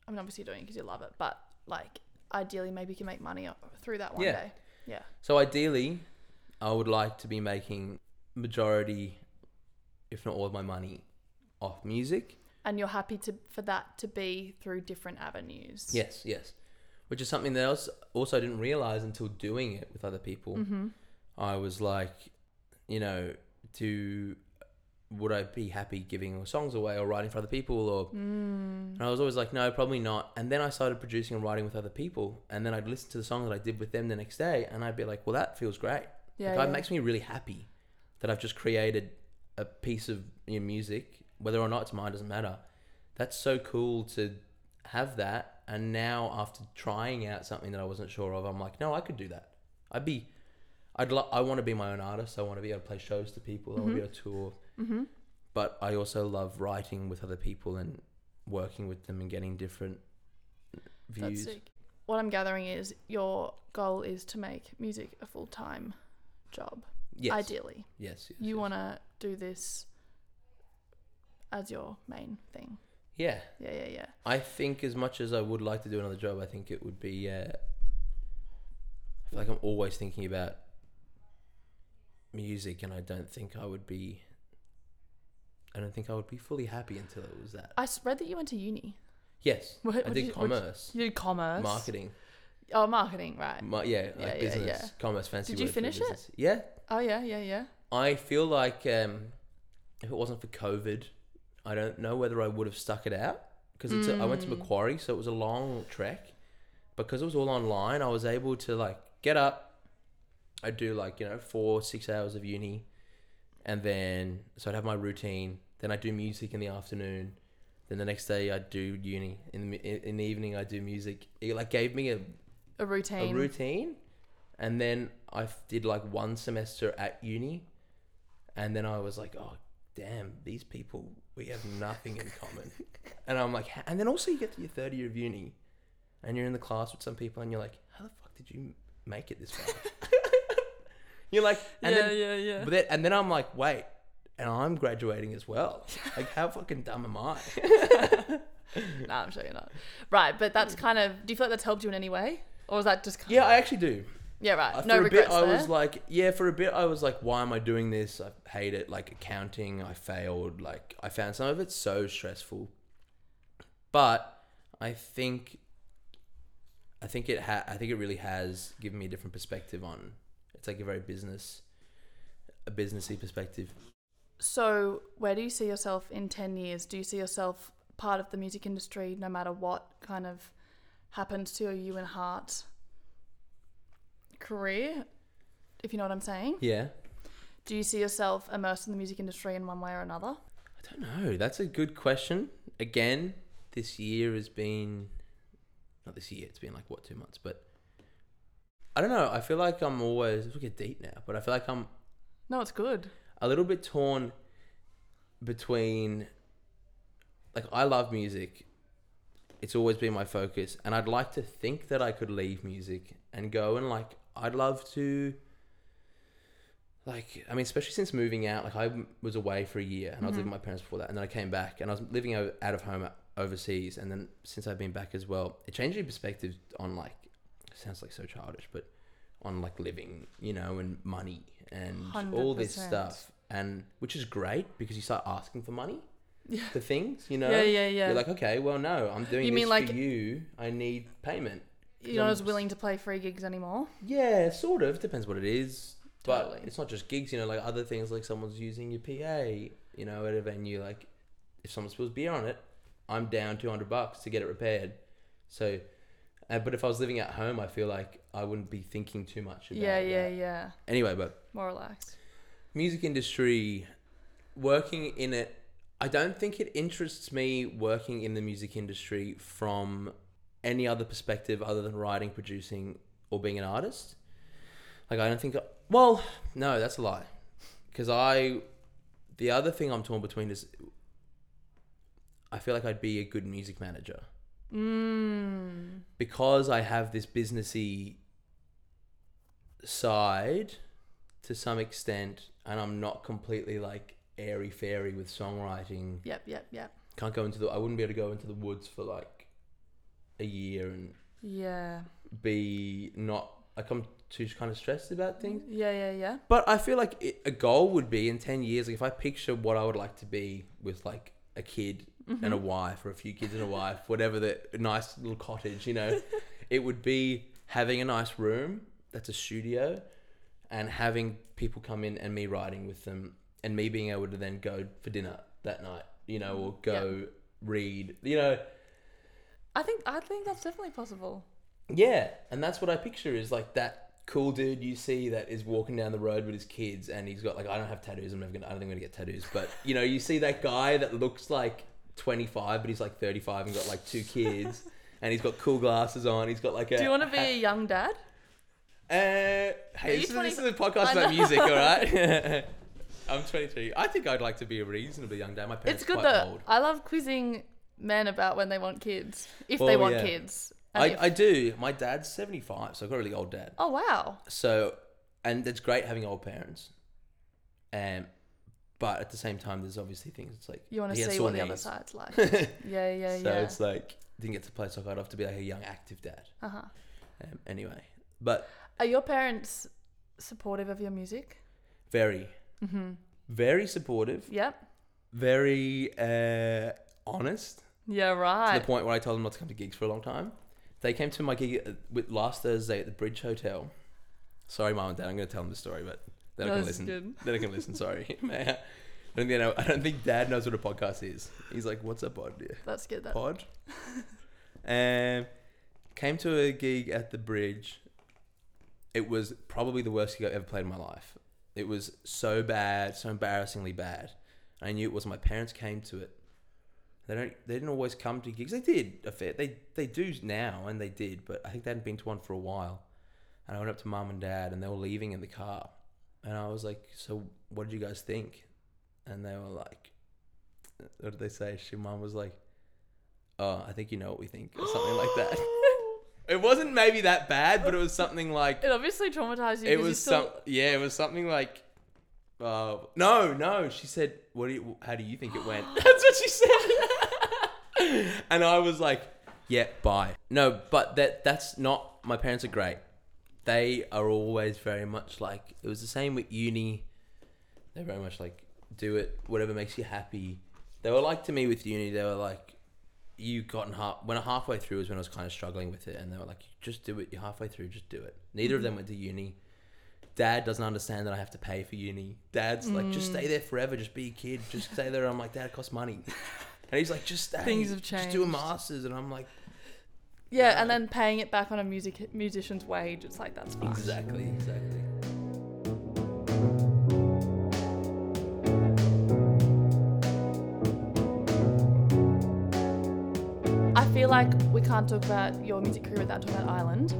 A: I mean, obviously you're doing it because you love it, but like, ideally, maybe you can make money up- through that one
B: Yeah.
A: day. Yeah.
B: so ideally, I would like to be making majority, if not all of my money, off music.
A: And you're happy to for that to be through different avenues.
B: Yes, yes. Which is something that else also I didn't realize until doing it with other people.
A: Mm-hmm.
B: I was like, you know, to would I be happy giving songs away or writing for other people or
A: Mm.
B: and I was always like no probably not and then I started producing and writing with other people and then I'd listen to the song that I did with them the next day and I'd be like well that feels great
A: Yeah,
B: like,
A: yeah.
B: it makes me really happy that I've just created a piece of you know, music whether or not it's mine doesn't matter that's so cool to have that and now after trying out something that I wasn't sure of I'm like no I could do that I'd be I'd lo- I want to be my own artist. I want to be able to play shows to people. I
A: Mm-hmm.
B: want to be able to tour.
A: Mhm.
B: But I also love writing with other people and working with them and getting different
A: That's
B: views.
A: sick. What I'm gathering is your goal is to make music a full time job,
B: Yes,
A: ideally.
B: yes, yes.
A: You
B: yes.
A: want to do this as your main thing.
B: Yeah,
A: Yeah, yeah, yeah.
B: I think as much as I would like to do another job, I think it would be. Uh, I feel like I'm always thinking about music, and I don't think I would be. I don't think I would be fully happy until it was that.
A: I s- read that you went to uni.
B: Yes,
A: What-
B: I
A: what
B: did
A: did you- what did you-
B: commerce,
A: You did commerce.
B: marketing.
A: Oh, marketing, right.
B: My, yeah,
A: Yeah,
B: like
A: yeah,
B: business,
A: yeah.
B: commerce, fancy.
A: Did you
B: word for
A: finish it?
B: business. Yeah,
A: Oh, yeah, yeah, yeah.
B: I feel like um, if it wasn't for COVID, I don't know whether I would have stuck it out because it's a I went to
A: Mm.
B: Macquarie, so it was a long trek. Because it was all online, I was able to like get up. I'd do like you know four six hours of uni, and then so I'd have my routine. Then I would do music in the afternoon. Then the next day I would do uni. In the in in the evening I do music. It like gave me a
A: A routine.
B: a routine, and then I f- did like one semester at uni, and then I was like, oh damn, these people we have nothing in common, and I'm like, "Ha-" and then also you get to your third year of uni, and you're in the class with some people, and you're like, how the fuck did you make it this far? you're like, and
A: yeah,
B: then,
A: yeah, yeah.
B: but then, and then I'm like, wait, and I'm graduating as well. Like, how fucking dumb am I?
A: no, I'm sure you're not. Right, but that's kind of. Do you feel like that's helped you in any way? Or was that just kind
B: Yeah,
A: of.
B: I actually do.
A: yeah, right.
B: I-
A: no
B: Uh, for a bit,
A: regrets
B: I
A: there.
B: was like, yeah, for a bit, I was like, why am I doing this? I hate it. Like accounting, I failed. Like I found some of it so stressful. But I think, I think it ha- I think it really has given me a different perspective on. It's like a very business, a businessy perspective.
A: So, where do you see yourself in 10 years? Do you see yourself part of the music industry no matter what kind of happens to your you and heart career? If you know what I'm saying?
B: Yeah.
A: Do you see yourself immersed in the music industry in one way or another?
B: I don't know. That's a good question. Again, this year has been not this year. It's been like what two months, but I don't know. I feel like I'm always we get deep now, but I feel like I'm
A: No, it's good.
B: a little bit torn between like I love music. It's always been my focus and I'd like to think that I could leave music and go and like I'd love to like I mean especially since moving out like I m- was away for a year and I was living with my parents before that and then I came back and I was living o- out of home uh, overseas and then since I've been back as well it changed your perspective on like sounds like so childish but on like living you know and money and all this
A: 100%.
B: stuff and which is great because you start asking for money
A: Yeah.
B: for things, you know.
A: Yeah, yeah, yeah.
B: You're like, okay, well, no, I'm doing
A: You
B: this
A: mean like-
B: for you. I need payment.
A: You're not as
B: I'm-
A: willing to play free gigs anymore.
B: Yeah, sort of. Depends what it is, but
A: Totally.
B: it's not just gigs. You know, like other things, like someone's using your PA, you know, at a venue. Like, if someone spills beer on it, I'm down 200 bucks to get it repaired. So, uh, but if I was living at home, I feel like I wouldn't be thinking too much about.
A: Yeah, yeah,
B: that.
A: yeah.
B: Anyway, but
A: More relaxed.
B: music industry working in it i don't think it interests me working in the music industry from any other perspective other than writing producing or being an artist like i don't think well no that's a lie because i the other thing i'm torn between is i feel like i'd be a good music manager
A: Mm.
B: because I have this businessy side to some extent, and I'm not completely like airy fairy with songwriting.
A: Yep, yep, yep.
B: Can't go into the. I wouldn't be able to go into the woods for like a year and
A: Yeah.
B: be not. Like I'm too kind of stressed about things.
A: Yeah, yeah, yeah.
B: But I feel like it, a goal would be in ten years, like if I picture what I would like to be with like a kid and a wife or a few kids and a wife, whatever the a nice little cottage, you know, it would be having a nice room that's a studio, and having people come in and me writing with them and me being able to then go for dinner that night, you know, or go read, you know,
A: I think I think that's definitely possible.
B: yeah. And that's what I picture is like that cool dude you see that is walking down the road with his kids, and he's got like I don't have tattoos. I'm never gonna. I don't think I'm gonna get tattoos, but you know, you see that guy that looks like 25, but he's like 35 and got like two kids. And he's got cool glasses on. He's got like a.
A: Do you want to be a young dad?
B: Uh,
A: you
B: hey, this is, this
A: 20
B: is a podcast
A: I know.
B: about music, all right? I'm 23. I think I'd like to be a reasonably young dad. My parents
A: It's good
B: quite
A: though.
B: old.
A: I love quizzing men about when they want kids, if they
B: Well,
A: want
B: yeah.
A: kids. And
B: I,
A: if-
B: I do. My dad's 75, so I've got a really old dad.
A: oh wow,
B: So, and it's great having old parents. Um, but at the same time, there's obviously things. It's like
A: you want
B: he
A: to
B: had
A: see
B: sore
A: what the other
B: knees.
A: side's like? yeah, yeah,
B: So
A: yeah.
B: it's like didn't get to play soccer. I'd have to be like a young active dad.
A: Uh huh.
B: Um, anyway, but
A: Are your parents supportive of your music? Mm-hmm.
B: very, very supportive,
A: Yep.
B: very uh, honest.
A: Yeah,
B: to
A: right.
B: the point where I told them not to come to gigs for a long time. They came to my gig uh, with last Thursday at the Bridge Hotel. Sorry, mom and dad, I'm going to tell them the story, but they're not
A: No,
B: going to
A: this is
B: listen.
A: good.
B: They're not going to listen. Sorry, man. I don't, think they know, I don't think dad knows what a podcast is. He's like, "What's a pod? Yeah.
A: That's good. That
B: Pod." um, came to a gig at the Bridge. It was probably the worst gig I've ever played in my life. It was so bad, so embarrassingly bad. I knew it was my parents came to it. They don't. They didn't always come to gigs. They did a fair. They they do now, and they did. But I think they hadn't been to one for a while. And I went up to mum and dad, and they were leaving in the car. And I was like, "So, what did you guys think?" And they were like, "What did they say?" She mum was like, "Oh, I think you know what we think," or something like that. It wasn't maybe that bad, but it was something like
A: it obviously traumatized you.
B: it
A: 'cause you
B: was
A: still,
B: some yeah it was something like uh, no no she said what do you how do you think it went that's what she said and i was like yeah bye no but that that's not my parents are great they are always very much like it was the same with uni they're very much like do it whatever makes you happy they were like to me with uni they were like you gotten half when I halfway through was when I was kind of struggling with it, and they were like, "Just do it. You're halfway through. Just do it." Neither
A: Mm-hmm.
B: of them went to uni. Dad doesn't understand that I have to pay for uni. Dad's like, "Just
A: Mm.
B: stay there forever. Just be a kid. Just stay there." I'm like, "Dad, it costs money," and he's like, "Just stay.
A: Things have
B: Just do a
A: changed."
B: masters." And I'm like,
A: yeah, and
B: Yeah.
A: then paying it back on a music musician's wage. It's like that's fine.
B: "Exactly, exactly."
A: I feel like we can't talk about your music career without talking about Ireland.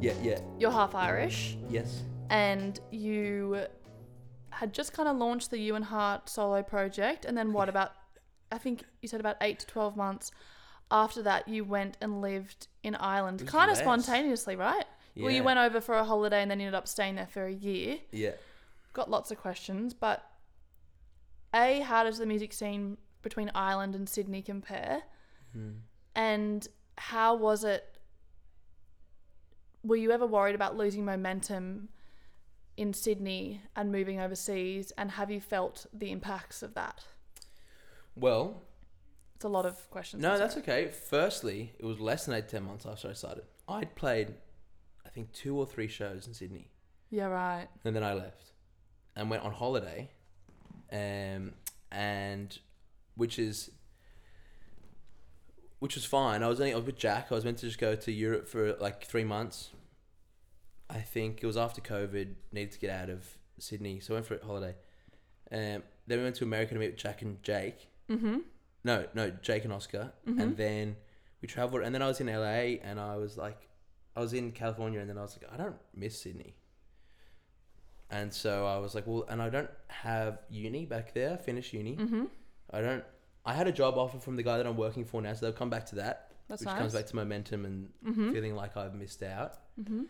B: Yeah, yeah,
A: You're half Irish,
B: yes,
A: and you had just kind of launched the You and Heart solo project, and then what about? I think you said about eight to twelve months after that, you went and lived in Ireland,
B: was
A: kind of
B: less.
A: spontaneously, right? Well,
B: Yeah.
A: you went over for a holiday and then you ended up staying there for a year.
B: yeah.
A: Got lots of questions, but a how does the music scene between Ireland and Sydney compare?
B: Hmm.
A: And how was it? Were you ever worried about losing momentum in Sydney and moving overseas? And have you felt the impacts of that?
B: Well,
A: It's a lot of questions.
B: No,
A: I'm
B: that's
A: sorry.
B: okay. Firstly, it was less than eight, ten months after I started. I'd played, I think, two or three shows in Sydney,
A: yeah, right.
B: and then I left and went on holiday, um, and which is which was fine. I was only I was with Jack. I was meant to just go to Europe for like three months. I think it was after COVID. Needed to get out of Sydney, so I went for a holiday. Um, then we went to America to meet with Jack and Jake.
A: Mm-hmm.
B: No, no, Jake and Oscar. And then we traveled, and then I was in LA, and I was like, I was in California, and then I was like, I don't miss Sydney. And so I was like, well, and I don't have uni back there, finish uni.
A: Mm-hmm.
B: I don't, I had a job offer from the guy that I'm working for now, so they'll come back to that,
A: That's
B: which
A: nice.
B: comes back to momentum and
A: mm-hmm.
B: feeling like I've missed out.
A: Mm-hmm.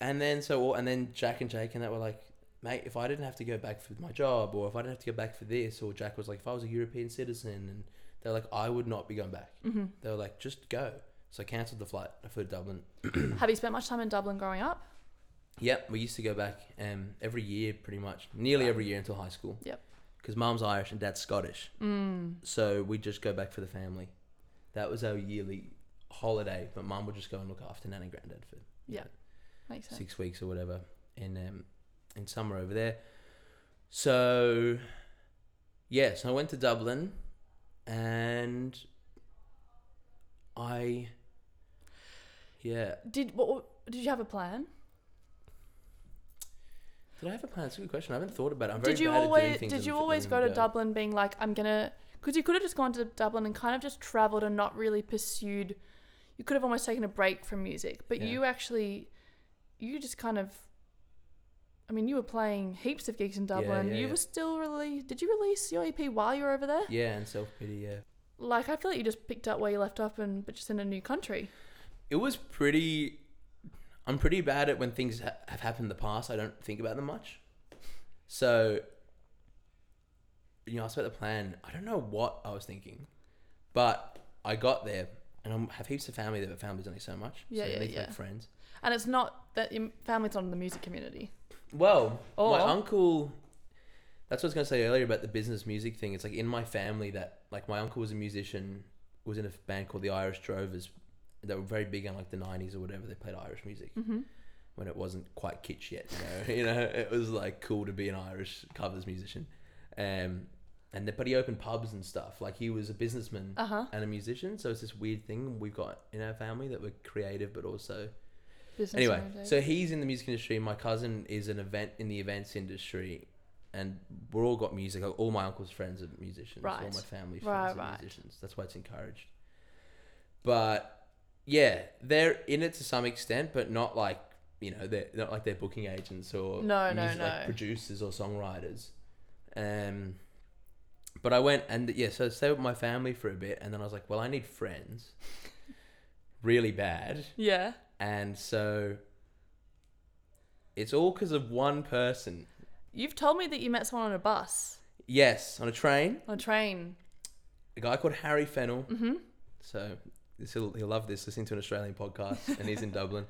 B: And then so all- and then Jack and Jake and that were like, mate, if I didn't have to go back for my job, or if I didn't have to go back for this, or Jack was like, if I was a European citizen, and they're like, I would not be going back.
A: Mm-hmm.
B: They were like, just go. So I cancelled the flight. I flew to Dublin.
A: Have you spent much time in Dublin growing up?
B: Yep, we used to go back um, every year, pretty much, nearly every year until high school.
A: Yep.
B: Because mum's Irish and dad's Scottish,
A: Mm.
B: so we just go back for the family. That was our yearly holiday, but mum would just go and look after nan and granddad for you
A: Yeah.
B: know,
A: Makes sense.
B: six weeks or whatever in um, in summer over there. So, yes, I went to Dublin and I, yeah.
A: Did what? Did you have a plan?
B: Did I have a plan? That's a good question. I haven't thought about it. I'm very
A: Did you
B: bad at doing
A: always
B: things
A: did
B: in-
A: you always
B: in
A: go to
B: go.
A: Dublin being like I'm gonna? Because you could have just gone to Dublin and kind of just traveled and not really pursued. You could have almost taken a break from music, but
B: Yeah.
A: you actually, you just kind of. I mean, you were playing heaps of gigs in
B: Yeah,
A: Dublin.
B: yeah,
A: you
B: yeah.
A: were still release. Did you release your EP while you were over there?
B: Yeah, and self pity, yeah.
A: Like, I feel like you just picked up where you left off, and but just in a new country.
B: It was pretty. I'm pretty bad at when things ha- have happened in the past. I don't think about them much. So, you asked about the plan. I don't know what I was thinking, but I got there, and I'm, I have heaps of family there, but family's only so much.
A: Yeah,
B: so you
A: yeah,
B: need to make
A: yeah.
B: friends.
A: And it's not that your family's not in the music community.
B: Well,
A: Or-
B: my uncle. That's what I was gonna say earlier about the business music thing. It's like in my family that like my uncle was a musician, was in a band called the Irish Drovers, that were very big in like the '90s or whatever. They played Irish music
A: Mm-hmm.
B: when it wasn't quite kitsch yet. You know, you know, it was like cool to be an Irish covers musician, um, and the, but he opened pubs and stuff. Like he was a businessman
A: Uh huh.
B: and a musician, so it's this weird thing we've got in our family that we're creative but also
A: Business
B: anyway,
A: minded.
B: so he's in the music industry. My cousin is an event in the events industry, and we're all got music. Like, All my uncle's friends are musicians. All
A: Right.
B: my family's
A: Right,
B: friends are
A: right.
B: musicians. That's why it's encouraged. But yeah, they're in it to some extent, but not like you know they're not like they're booking agents or
A: No, no,
B: music, like
A: no.
B: producers or songwriters. Um, but I went and yeah, so I stayed with my family for a bit, and then I was like, well, I need friends, really bad.
A: yeah.
B: And so it's all because of one person.
A: You've told me that you met someone on a bus,
B: Yes, on a train,
A: on a train.
B: a guy called Harry Fennell.
A: Mm-hmm.
B: So this, he'll, he'll love this, listening to an Australian podcast, and he's in Dublin.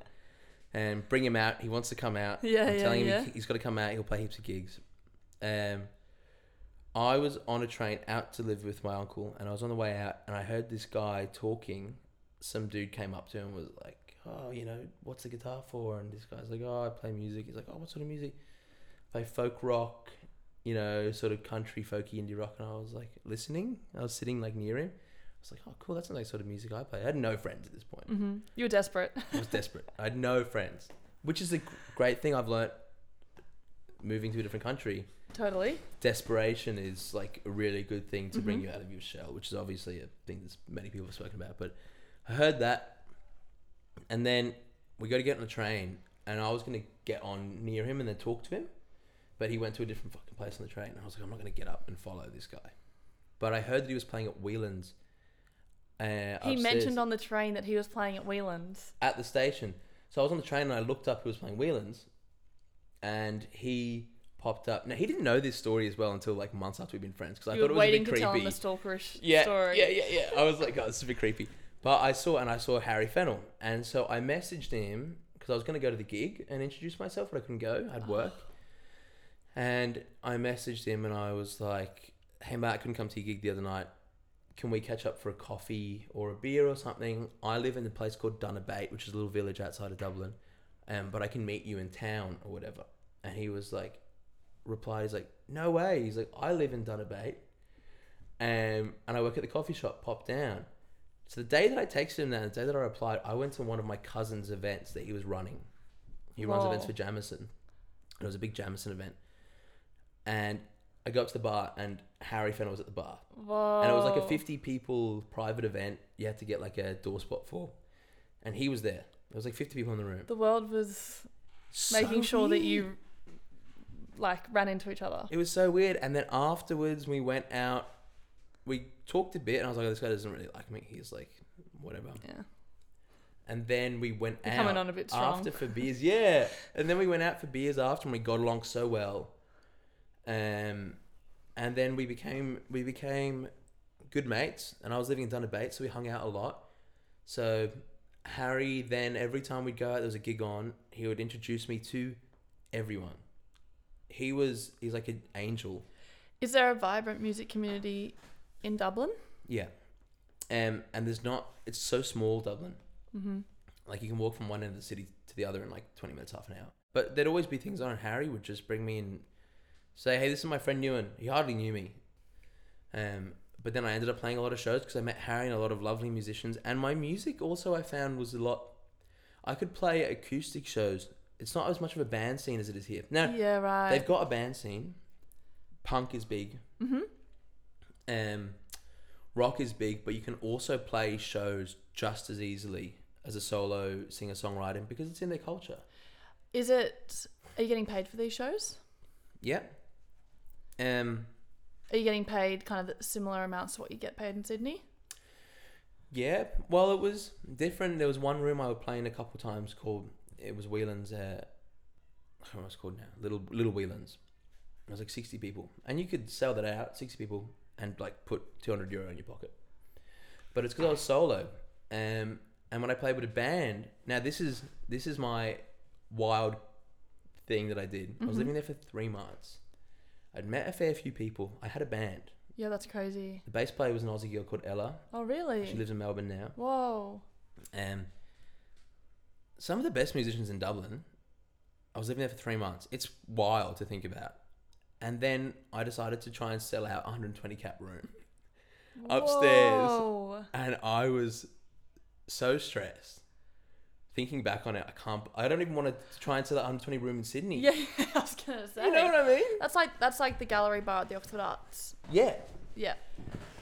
B: And bring him out. He wants to come out.
A: Yeah,
B: I'm
A: yeah,
B: telling him
A: yeah.
B: he, he's got to come out. He'll play heaps of gigs. Um, I was on a train out to live with my uncle, and I was on the way out, and I heard this guy talking. Some dude came up to him and was like, "Oh, you know, what's the guitar for?" And this guy's like, "Oh, I play music." He's like, "Oh, what sort of music?" play folk rock, you know, sort of country, folky, indie rock. And I was like listening. I was sitting like near him. I was like, "Oh, cool. That's not like sort of music I play." I had no friends at this point.
A: Mm-hmm. You were desperate.
B: I was desperate. I had no friends, which is a g- great thing I've learnt moving to a different country.
A: totally.
B: Desperation is like a really good thing to
A: Mm-hmm.
B: bring you out of your shell, which is obviously a thing that's many people have spoken about. But I heard that, and then we got to get on the train, and I was going to get on near him and then talk to him, but he went to a different fucking place on the train, and I was like, I'm not going to get up and follow this guy. But I heard that he was playing at Whelan's. Uh,
A: He
B: upstairs
A: mentioned on the train that he was playing at Whelan's.
B: at the station. So I was on the train and I looked up who was playing Whelan's, and he popped up. Now he didn't know this story as well until like months after we'd been friends because I
A: you
B: thought
A: were
B: it was a
A: waiting
B: bit
A: to tell him
B: creepy.
A: the stalkerish
B: yeah,
A: story.
B: yeah, yeah, yeah. I was like, oh, this is a bit creepy. But I saw and I saw Harry Fennell, and so I messaged him because I was going to go to the gig and introduce myself, but I couldn't go. I had work, and I messaged him and I was like, hey Matt, I couldn't come to your gig the other night. Can we catch up for a coffee or a beer or something? I live in a place called Dunabate, which is a little village outside of Dublin, um, but I can meet you in town or whatever. And he was like, replied, he's like, no way. He's like, I live in Dunabate, um, and I work at the coffee shop. Pop down. So the day that I texted him that, the day that I replied, I went to one of my cousin's events that he was running. He runs
A: Whoa.
B: events for Jamison. And it was a big Jamison event. And I go up to the bar and Harry Fennell was at the bar.
A: Whoa.
B: And it was like a 50 people private event you had to get like a door spot for. And he was there. There was like 50 people in the room.
A: The world was making
B: So
A: sure that
B: weird.
A: you like ran into each other.
B: It was so weird. And then afterwards, we went out. We talked a bit, and I was like, oh, "This guy doesn't really like me. He's like, whatever."
A: Yeah.
B: And then we went
A: You're
B: out
A: coming on a bit strong.
B: after for beers, yeah. And then we went out for beers after, and we got along so well. Um, and then we became we became good mates, and I was living in Dunabate, so we hung out a lot. So Harry then every time we'd go out, there was a gig on. He would introduce me to everyone. He was he's like an angel.
A: Is there a vibrant music community in Dublin?
B: Yeah. Um, and there's not, it's so small, Dublin.
A: Mm-hmm.
B: Like you can walk from one end of the city to the other in like 20 minutes, half an hour. But there'd always be things on, and Harry would just bring me in say, hey, this is my friend Ewan. He hardly knew me. Um, but then I ended up playing a lot of shows because I met Harry and a lot of lovely musicians. And my music also I found was a lot. I could play acoustic shows. It's not as much of a band scene as it is here. Now
A: yeah, right.
B: they've got a band scene. Punk is big. Mm-hmm. Um, rock is big, but you can also play shows just as easily as a solo singer songwriter because it's in their culture.
A: Is it? Are you getting paid for these shows?
B: Yeah. Um.
A: Are you getting paid kind of similar amounts to what you get paid in Sydney?
B: Yeah, well, it was different. There was one room I would play in a couple times called it was Whelan's. Uh, I don't know what it's called now. Little Little Whelan's. It was like sixty people, and you could sell that out sixty people and like put two hundred euro in your pocket. But it's because I was solo, um, and when I played with a band, now this is this is my wild thing that I did. I was living there for three months. I'd met a fair few people. I had a band.
A: Yeah, that's crazy.
B: The bass player was an Aussie girl called Ella.
A: Oh, really?
B: She lives in Melbourne now.
A: Whoa.
B: Um, some of the best musicians in Dublin. I was living there for three months. It's wild to think about. And then I decided to try and sell out 120 cap room upstairs,
A: Whoa.
B: and I was so stressed. Thinking back on it, I can't. I don't even want to try and sell out 120 room in Sydney.
A: Yeah, I was gonna say.
B: you know what I mean?
A: That's like that's like the gallery bar at the Oxford Arts.
B: Yeah.
A: Yeah.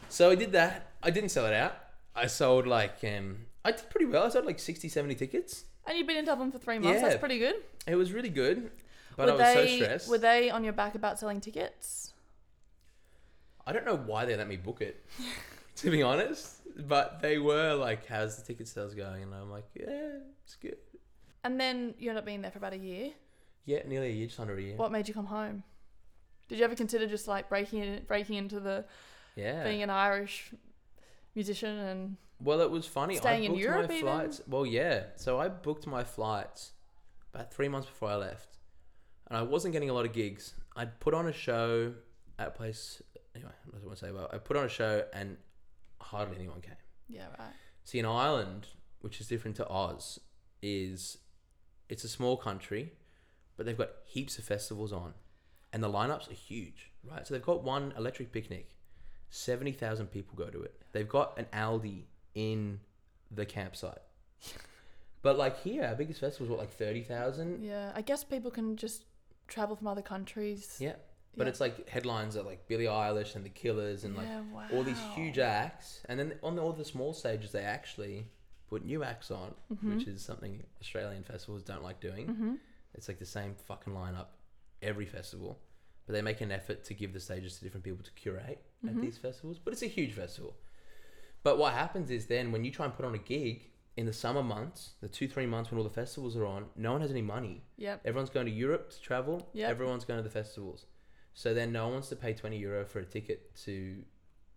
B: So I did that. I didn't sell it out. I sold like um, I did pretty well. I sold like 60, 70 tickets.
A: And you've been in Dublin for three months.
B: Yeah.
A: That's pretty good.
B: It was really good, but
A: were
B: I was
A: they
B: so stressed.
A: were they on your back about selling tickets?
B: I don't know why they let me book it, to be honest. But they were like, "How's the ticket sales going?" And I'm like, "Yeah, it's good."
A: And then you end up being there for about a year.
B: Yeah, nearly a year, just under a year.
A: What made you come home? Did you ever consider just like breaking in, breaking into the
B: Yeah.
A: being an Irish musician and
B: well, it was funny.
A: Staying
B: I
A: in
B: booked
A: Europe
B: my
A: even?
B: flights. Well, yeah. So I booked my flights about three months before I left, and I wasn't getting a lot of gigs. I'd put on a show at a place. Anyway, I don't want to say about. I put on a show and hardly anyone came.
A: yeah right
B: See, in Ireland, which is different to Oz, is it's a small country, but they've got heaps of festivals on, and the lineups are huge, right? So they've got one electric picnic, seventy thousand people go to it. They've got an Aldi in the campsite, but like here, our biggest festival is what like thirty thousand.
A: yeah. I guess people can just travel from other countries.
B: Yeah, but
A: Yeah.
B: it's like headlines are like Billie Eilish and The Killers and like
A: Yeah,
B: all these
A: wow.
B: huge acts, and then on the, all the small stages they actually put new acts on, which is something Australian festivals don't like doing.
A: Mm. Mm-hmm.
B: It's like the same fucking lineup every festival, but they make an effort to give the stages to different people to curate at these festivals. But it's a huge festival. But what happens is then when you try and put on a gig in the summer months, the two three months when all the festivals are on, no one has any money.
A: Yep.
B: Everyone's going to Europe to travel.
A: Yep.
B: Everyone's going to the festivals. So then no one wants to pay 20 euro for a ticket to,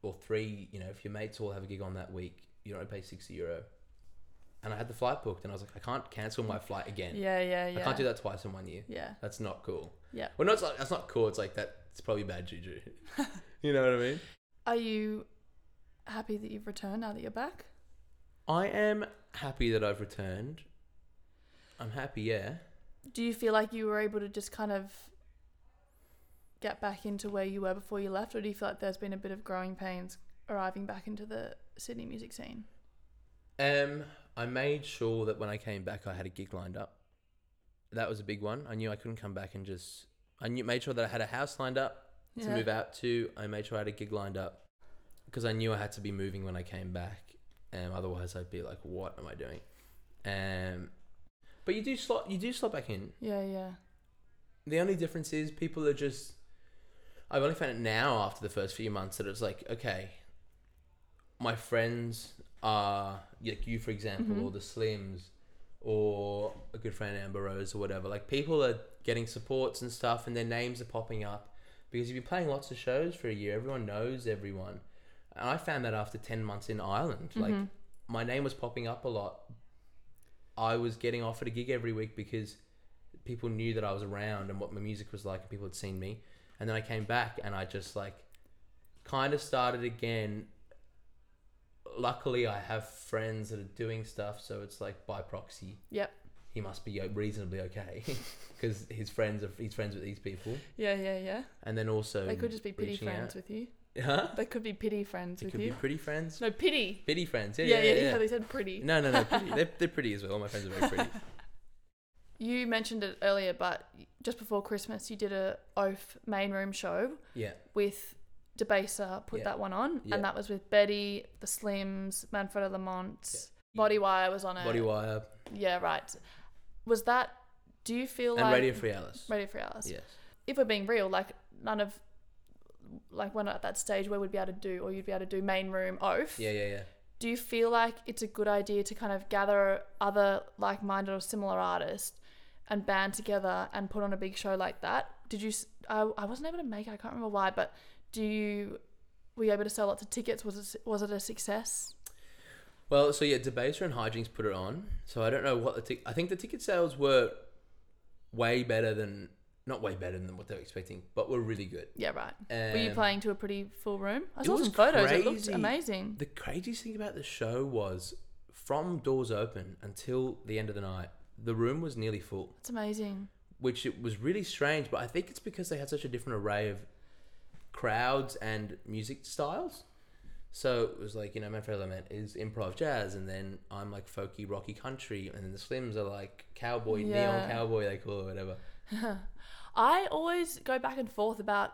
B: or three, you know, if your mates all have a gig on that week, you don't pay 60 euro. And I had the flight booked and I was like, I can't cancel my flight again.
A: Yeah yeah yeah.
B: I can't do that twice in one year.
A: Yeah
B: That's not cool.
A: yeah.
B: Well, no, it's not, that's not cool. It's like that. It's probably bad juju. you know what I mean?
A: Are you happy that you've returned now that you're back?
B: I am happy that I've returned. I'm happy, yeah.
A: Do you feel like you were able to just kind of get back into where you were before you left, or do you feel like there's been a bit of growing pains arriving back into the Sydney music scene?
B: Um, I made sure that when I came back, I had a gig lined up. That was a big one. I knew I couldn't come back and just. I knew, made sure that I had a house lined up to move out to. I made sure I had a gig lined up because I knew I had to be moving when I came back. Um, otherwise, I'd be like, "What am I doing?" Um, but you do slot. You do slot back in.
A: Yeah, yeah.
B: The only difference is people are just. I've only found it now after the first few months that it's like, okay, my friends are, like you, for example, or the Slims, or a good friend, Amber Rose, or whatever. Like, people are getting supports and stuff, and their names are popping up because you've been playing lots of shows for a year. Everyone knows everyone. And I found that after 10 months in Ireland.
A: Mm-hmm.
B: Like, my name was popping up a lot. I was getting offered a gig every week because people knew that I was around and what my music was like, and people had seen me. And then I came back, and I just like kind of started again. Luckily, I have friends that are doing stuff, so it's like by proxy.
A: Yep.
B: he must be o- reasonably okay because his friends are he's friends with these people,
A: Yeah, yeah, yeah.
B: and then also
A: They could just be pity
B: um, reaching
A: friends
B: out.
A: with you.
B: huh?
A: They could be pity friends
B: It
A: with
B: could be
A: you.
B: pretty friends,
A: No, pity.
B: pity friends. Yeah,
A: yeah, yeah,
B: yeah.
A: They said pretty.
B: No, no, no. Pretty. They're, they're pretty as well. All my friends are very pretty.
A: You mentioned it earlier, but just before Christmas, you did a Oaf main room show
B: Yeah,
A: with Debaser. Put
B: Yeah.
A: that one on,
B: Yeah.
A: and that was with Betty, the Slims, Manfred Lamont,
B: Yeah.
A: Body Wire was on it.
B: Body Wire
A: Yeah, right. Was that? Do you feel
B: and
A: like
B: Radio Free Alice.
A: Radio Free Hours?
B: Yes.
A: If we're being real, like none of, like we're not at that stage where we'd be able to do, or you'd be able to do main room Oaf.
B: Yeah, yeah, yeah.
A: do you feel like it's a good idea to kind of gather other like-minded or similar artists and band together and put on a big show like that did you s- i, I wasn't able to make it, i can't remember why but do you were you able to sell lots of tickets was it s- was it a success
B: Well, so yeah, Debaser and Hijinks put it on. So I don't know what the tic- I think the ticket sales were way better than not way better than what they were expecting, but were really good.
A: yeah right
B: Um,
A: were you playing to a pretty full room i
B: it
A: saw
B: was
A: some photos it looked
B: crazy.
A: amazing
B: The craziest thing about the show was from doors open until the end of the night, the room was nearly full,
A: it's amazing
B: which it was really strange. But I think it's because they had such a different array of crowds and music styles. So it was like you know, Manfred Lament is improv jazz, and then I'm like folky rocky country, and then the Slims are like cowboy
A: Yeah.
B: neon cowboy they call it whatever.
A: I always go back and forth about,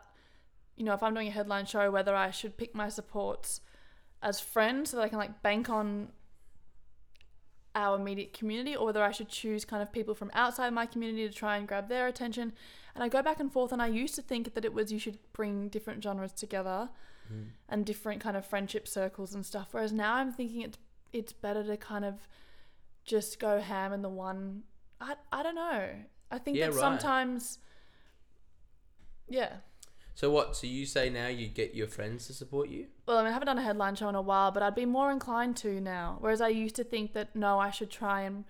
A: you know, if I'm doing a headline show, whether I should pick my supports as friends so that I can like bank on our immediate community, or whether I should choose kind of people from outside my community to try and grab their attention. And I go back and forth, and I used to think that it was you should bring different genres together
B: Hmm.
A: and different kind of friendship circles and stuff. Whereas now I'm thinking it's it's better to kind of just go ham in the one. I I don't know. I think
B: Yeah,
A: that
B: right.
A: sometimes, yeah.
B: So what? So you say now you get your friends to support you?
A: Well, I mean, I haven't done a headline show in a while, but I'd be more inclined to now. Whereas I used to think that no, I should try and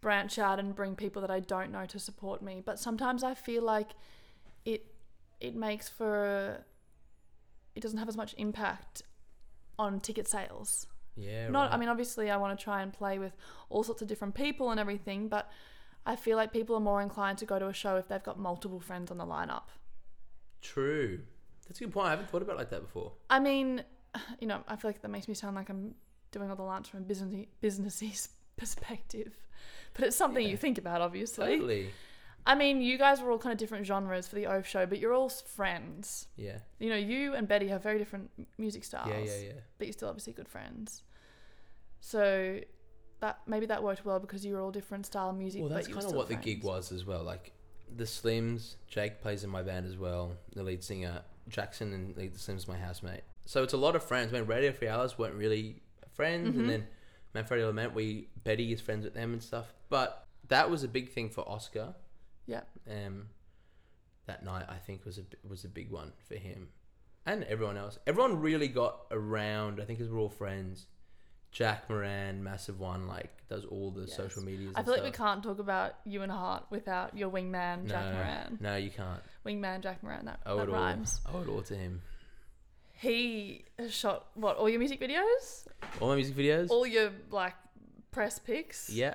A: branch out and bring people that I don't know to support me. But sometimes I feel like it it makes for it doesn't have as much impact on ticket sales
B: Yeah.
A: not i
B: right.
A: mean obviously i want to try and play with all sorts of different people and everything but i feel like people are more inclined to go to a show if they've got multiple friends on the lineup
B: True. That's a good point. I haven't thought about it like that before.
A: i mean you know i feel like that makes me sound like i'm doing all the lunch from a businessy, businessy perspective but it's something you think about obviously
B: Totally.
A: i mean you guys were all kind of different genres for the oaf show but you're all s- friends
B: Yeah.
A: you know you and betty have very different m- music styles
B: Yeah, yeah, yeah.
A: but you're still obviously good friends. So that maybe that worked well because you were all different style of music.
B: Well, that's
A: but you were
B: kind of
A: still
B: what the gig
A: friends.
B: was as well. Like the Slims, Jake plays in my band as well. The lead singer Jackson and the Slims, my housemate. So it's a lot of friends. When Radio Free Alice weren't really friends,
A: Mhm.
B: and then Manfredi Lament, we Betty is friends with them and stuff. But that was a big thing for Oscar.
A: Yeah.
B: Um, that night I think was a bi- was a big one for him, and everyone else. Everyone really got around. I think because we're all friends. Jack Moran, massive one, like does all the
A: Yes.
B: social medias.
A: I
B: and
A: feel like we
B: stuff.
A: can't talk about you and Hart without your wingman Jack
B: No.
A: Moran.
B: No, you can't.
A: Wingman Jack Moran. That,
B: Owe
A: that
B: it
A: rhymes.
B: all. Owe it all to him.
A: He has shot what all your music videos,
B: All my music videos.
A: all your like press pics.
B: yeah,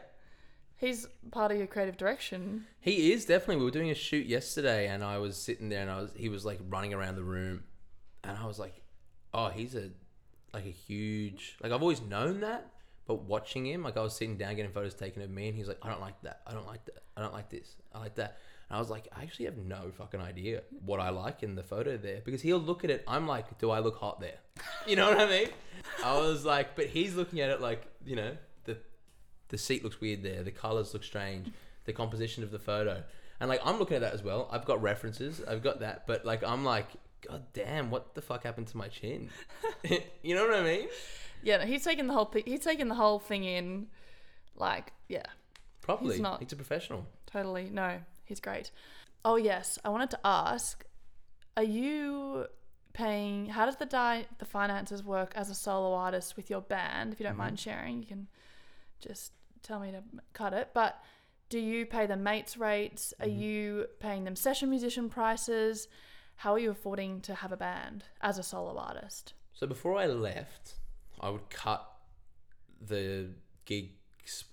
A: He's part of your creative direction.
B: he is definitely. We were doing a shoot yesterday, and I was sitting there, and I was he was like running around the room, and I was like, oh, he's a like a huge like I've always known that, but watching him, like I was sitting down getting photos taken of me, and he's like, I don't like that. I don't like that. I don't like this. I like that. And I was like, I actually have no fucking idea what I like in the photo there because he'll look at it. I'm like, do I look hot there? You know what I mean? I was like, but he's looking at it like, you know, the the seat looks weird there, the colors look strange, the composition of the photo. And like I'm looking at that as well. I've got references, I've got that, but like I'm like, God damn, what the fuck happened to my chin? you know what I mean?
A: Yeah, no, he's taking the whole pic- he's taking the whole thing in, like yeah.
B: Probably.
A: He's not.
B: He's a professional.
A: Totally. No, he's great. Oh, yes. I wanted to ask are you paying, how does the, di- the finances work as a solo artist with your band? If you don't
B: Mm-hmm.
A: mind sharing, you can just tell me to m- cut it. But do you pay the mates rates?
B: Mm-hmm.
A: Are you paying them session musician prices? How are you affording to have a band as a solo artist?
B: So before I left, I would cut the gigs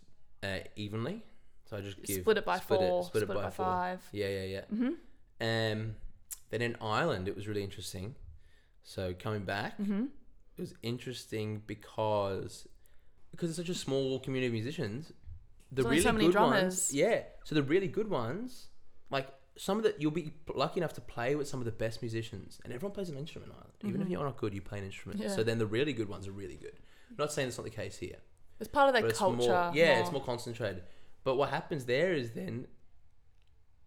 B: uh, evenly. So I just give
A: split it by four, split, it, by,
B: four.
A: five.
B: Yeah, yeah, yeah.
A: Mm-hmm.
B: Um, then in Ireland, it was really interesting. So coming back,
A: Mm-hmm.
B: it was interesting because because it's such a small community of musicians. The
A: There's only so many
B: good
A: drummers.
B: ones, yeah. So the really good ones, like some of the, you'll be lucky enough to play with some of the best musicians, and everyone plays an instrument. In Ireland. Even if
A: Mhm.
B: you're not good, you play an instrument.
A: Yeah.
B: So then the really good ones are really good. I'm not saying that's not the case here,
A: It's part of
B: but
A: their
B: it's
A: culture.
B: More, yeah, it's more concentrated. But what happens there is then,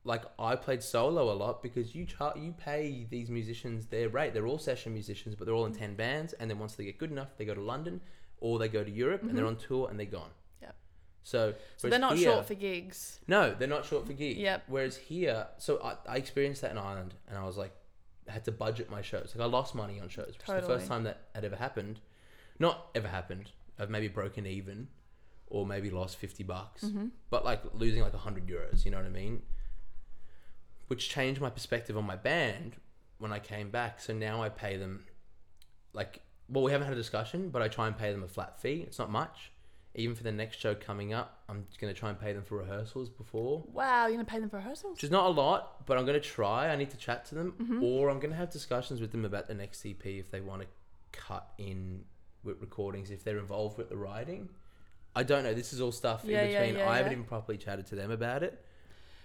B: like I played solo a lot because you char- you pay these musicians their rate. They're all session musicians, but they're all in ten bands. And then once they get good enough, they go to London or they go to Europe and they're on tour and they're gone.
A: Mm-hmm. Yep.
B: So,
A: So
B: whereas
A: they're not
B: here-
A: short for gigs.
B: no, they're not short for gigs.
A: Yep.
B: Whereas here, so I, I experienced that in Ireland, and I was like, I had to budget my shows. Like I lost money on shows, which is the
A: Totally.
B: first time that had ever happened. Not ever happened. I've maybe broken even, or maybe lost fifty bucks,
A: Mm-hmm.
B: but like losing like hundred euros. You know what I mean? Which changed my perspective on my band when I came back. So now I pay them, like, well, we haven't had a discussion, but I try and pay them a flat fee. It's not much. Even for the next show coming up, I'm going to try and pay them for rehearsals before
A: Wow, you're gonna pay them for rehearsals?
B: which is not a lot, but I'm going to try. I need to chat to them,
A: Mm-hmm.
B: or I'm going to have discussions with them about the next EP if they want to cut in with recordings, if they're involved with the writing. I don't know. This is all stuff
A: Yeah,
B: in
A: yeah,
B: between.
A: yeah,
B: I haven't
A: yeah.
B: even properly chatted to them about it.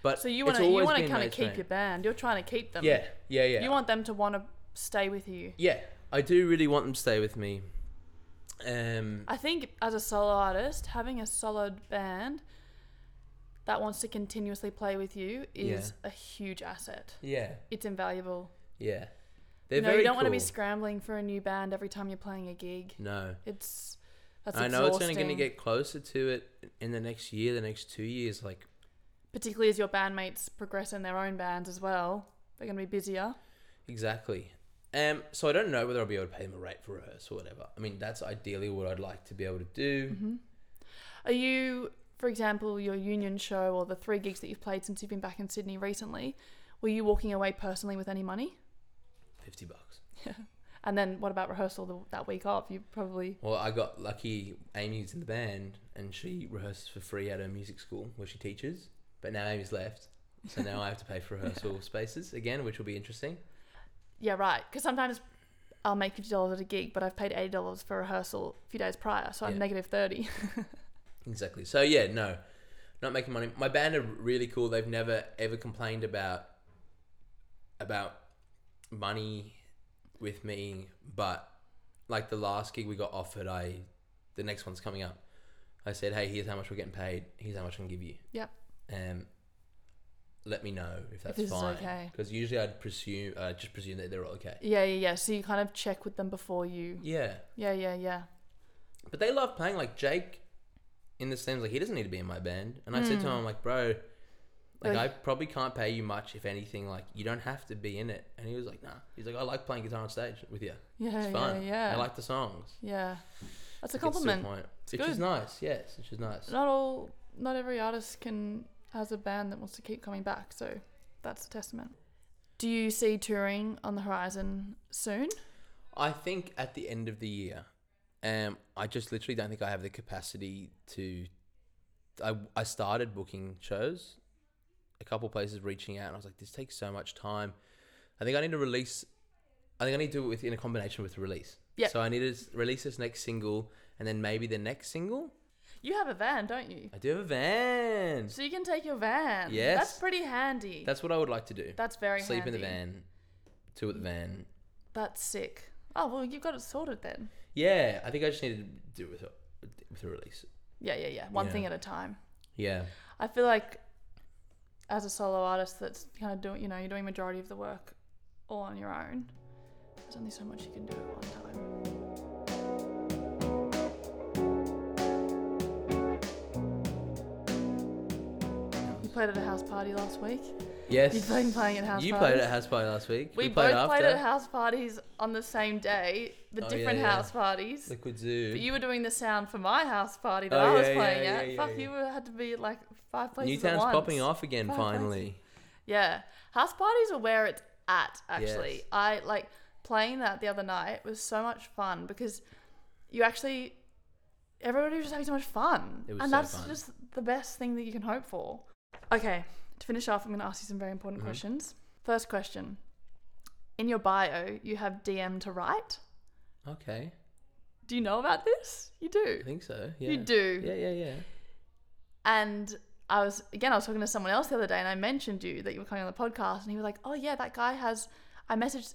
B: But
A: So you
B: it's
A: want to you
B: always
A: want to
B: been
A: kind of
B: mainstream.
A: keep your band. You're trying to keep them.
B: yeah, yeah, yeah.
A: You want them to want to stay with you.
B: yeah. I do really want them to stay with me. Um,
A: I think as a solo artist, having a solid band that wants to continuously play with you is a huge asset.
B: yeah,
A: It's invaluable.
B: yeah. They're
A: You know,
B: very
A: you don't want to be
B: cool.
A: scrambling for a new band every time you're playing a gig.
B: no.
A: It's that's
B: I
A: exhausting.
B: know it's only going to get closer to it in the next year, the next two years. Like
A: particularly as your bandmates progress in their own bands as well. They're going to be busier.
B: Exactly. Um, so I don't know whether I'll be able to pay them a rate for rehearsal or whatever. I mean, that's ideally what I'd like to be able to do.
A: Are you, for example, your union show or the three gigs that you've played since you've been back in Sydney recently? Were you walking away personally with any money?
B: Fifty bucks.
A: And then what about rehearsal the, that week off? You probably
B: Well, I got lucky. Amy's in the band, and she rehearses for free at her music school where she teaches. But now Amy's left, so now I have to pay for rehearsal spaces again, which will be interesting.
A: yeah right because sometimes I'll make fifty dollars at a gig, but I've paid eighty dollars for rehearsal a few days prior, so I'm
B: Yeah.
A: negative thirty.
B: Exactly. So yeah, no, not making money. My band are really cool. They've never ever complained about about money with me. But like the last gig we got offered, I the next one's coming up. I said, hey, here's how much we're getting paid. Here's how much I can give you.
A: Yep.
B: Um, let me know if that's
A: this is
B: fine.
A: okay.
B: Because usually I'd presume, uh, just presume that they're okay.
A: yeah, yeah, yeah. So you kind of check with them before you.
B: Yeah.
A: Yeah, yeah, yeah.
B: But they love playing like Jake in the stands like he doesn't need to be in my band. And I said
A: Hmm.
B: to him, I'm like, bro, like
A: Like-
B: I probably can't pay you much, if anything, like you don't have to be in it. And he was like, nah. He's like, I like playing guitar on stage with you.
A: Oh, Yeah,
B: It's
A: yeah,
B: fun.
A: yeah.
B: I like the songs.
A: yeah. That's a
B: It gets to
A: compliment.
B: point.
A: It's
B: Which
A: good.
B: is nice, yes, which is nice.
A: not all not every artist can has a band that wants to keep coming back so that's a testament do you see touring on the horizon soon
B: I think at the end of the year, um, I just literally don't think I have the capacity to. I, I started booking shows, a couple places reaching out, and I was like, this takes so much time. I think I need to release. I think I need to do it within a combination with release.
A: Yep.
B: So I need to s- release this next single, and then maybe the next single.
A: you have a van don't you
B: I do have a van.
A: so you can take your van
B: Yes.
A: that's pretty handy that's,
B: That's what I would like to do.
A: very
B: Sleep in the
A: handy.
B: van, tour with the van.
A: that's sick oh well you've got it sorted then
B: Yeah, I think I just need to do it with a, with a release.
A: yeah yeah yeah one
B: Yeah.
A: thing at a time
B: Yeah.
A: i feel like as a solo artist that's kind of doing you know you're doing majority of the work all on your own there's only so much you can do at one time You played at a house party last week.
B: Yes.
A: You've been playing at house
B: You
A: parties.
B: played at a house party last week.
A: we both played at house parties on the same day, but
B: Oh, yeah,
A: different
B: yeah.
A: house parties.
B: Liquid Zoo.
A: But you were doing the sound for my house party that
B: Oh,
A: I was
B: yeah, yeah,
A: playing
B: yeah,
A: at.
B: yeah,
A: Fuck,
B: yeah.
A: you were- had to be at like five places
B: Newtown's
A: at once.
B: popping off again
A: Five
B: finally.
A: Yeah, house parties are where it's at. Actually,
B: Yes.
A: I like playing that the other night was so much fun because you actually everybody was just having so much fun,
B: It was
A: and
B: so
A: that's
B: fun.
A: just the best thing that you can hope for. Okay, to finish off, I'm going to ask you some very important
B: Mhm.
A: questions. First question In your bio, you have DM to write.
B: Okay.
A: Do you know about this? You do.
B: I think so. Yeah.
A: You do.
B: Yeah, yeah, yeah.
A: And I was again, I was talking to someone else the other day, and I mentioned you that you were coming on the podcast, and he was like, "Oh yeah, that guy has." I messaged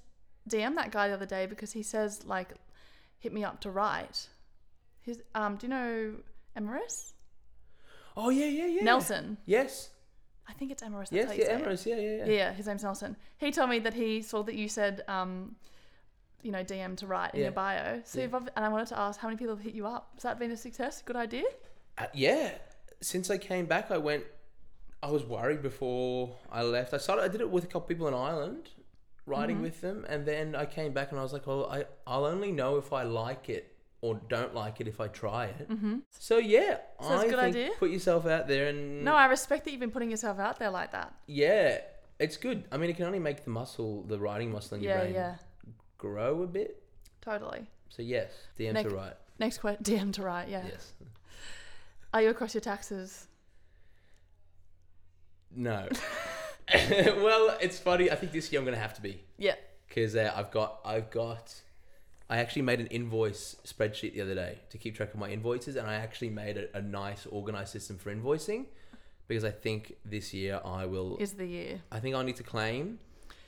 A: DM that guy the other day because he says like, "Hit me up to write." His um, do you know Emerus
B: Oh yeah, yeah, yeah.
A: Nelson?
B: Yes.
A: I think it's Emerus. That's how
B: Yes.
A: you
B: Yeah.
A: say it.
B: Emirates. Yeah, yeah,
A: Yeah,
B: yeah.
A: yeah, his name's Nelson. He told me that he saw that you said, um, you know, DM to write in
B: Yeah.
A: your bio. So
B: Yeah.
A: you've, ob- and I wanted to ask how many people have hit you up. Has that been a success? Good idea.
B: Uh, yeah. Since I came back, I went. I was worried before I left. I started. I did it with a couple people in Ireland, riding
A: Mm-hmm.
B: with them, and then I came back and I was like, "Well, I I'll only know if I like it or don't like it if I try it." Mm-hmm. So yeah,
A: So it's
B: I
A: a good
B: think
A: idea?
B: put yourself out there and
A: No, I respect that you've been putting yourself out there like that.
B: yeah, it's good. I mean, it can only make the muscle, the riding muscle in your
A: yeah,
B: brain,
A: yeah,
B: grow a bit.
A: totally.
B: So yes, DM
A: Nick-
B: to right.
A: Next question, DM to write. Yeah.
B: Yes.
A: Are you across your taxes?
B: No. well, it's funny. I think this year I'm gonna have to be
A: Yeah.
B: because uh, I've got I've got I actually made an invoice spreadsheet the other day to keep track of my invoices, and I actually made a, a nice organized system for invoicing because I think this year I will.
A: Is the year.
B: I think I need to claim.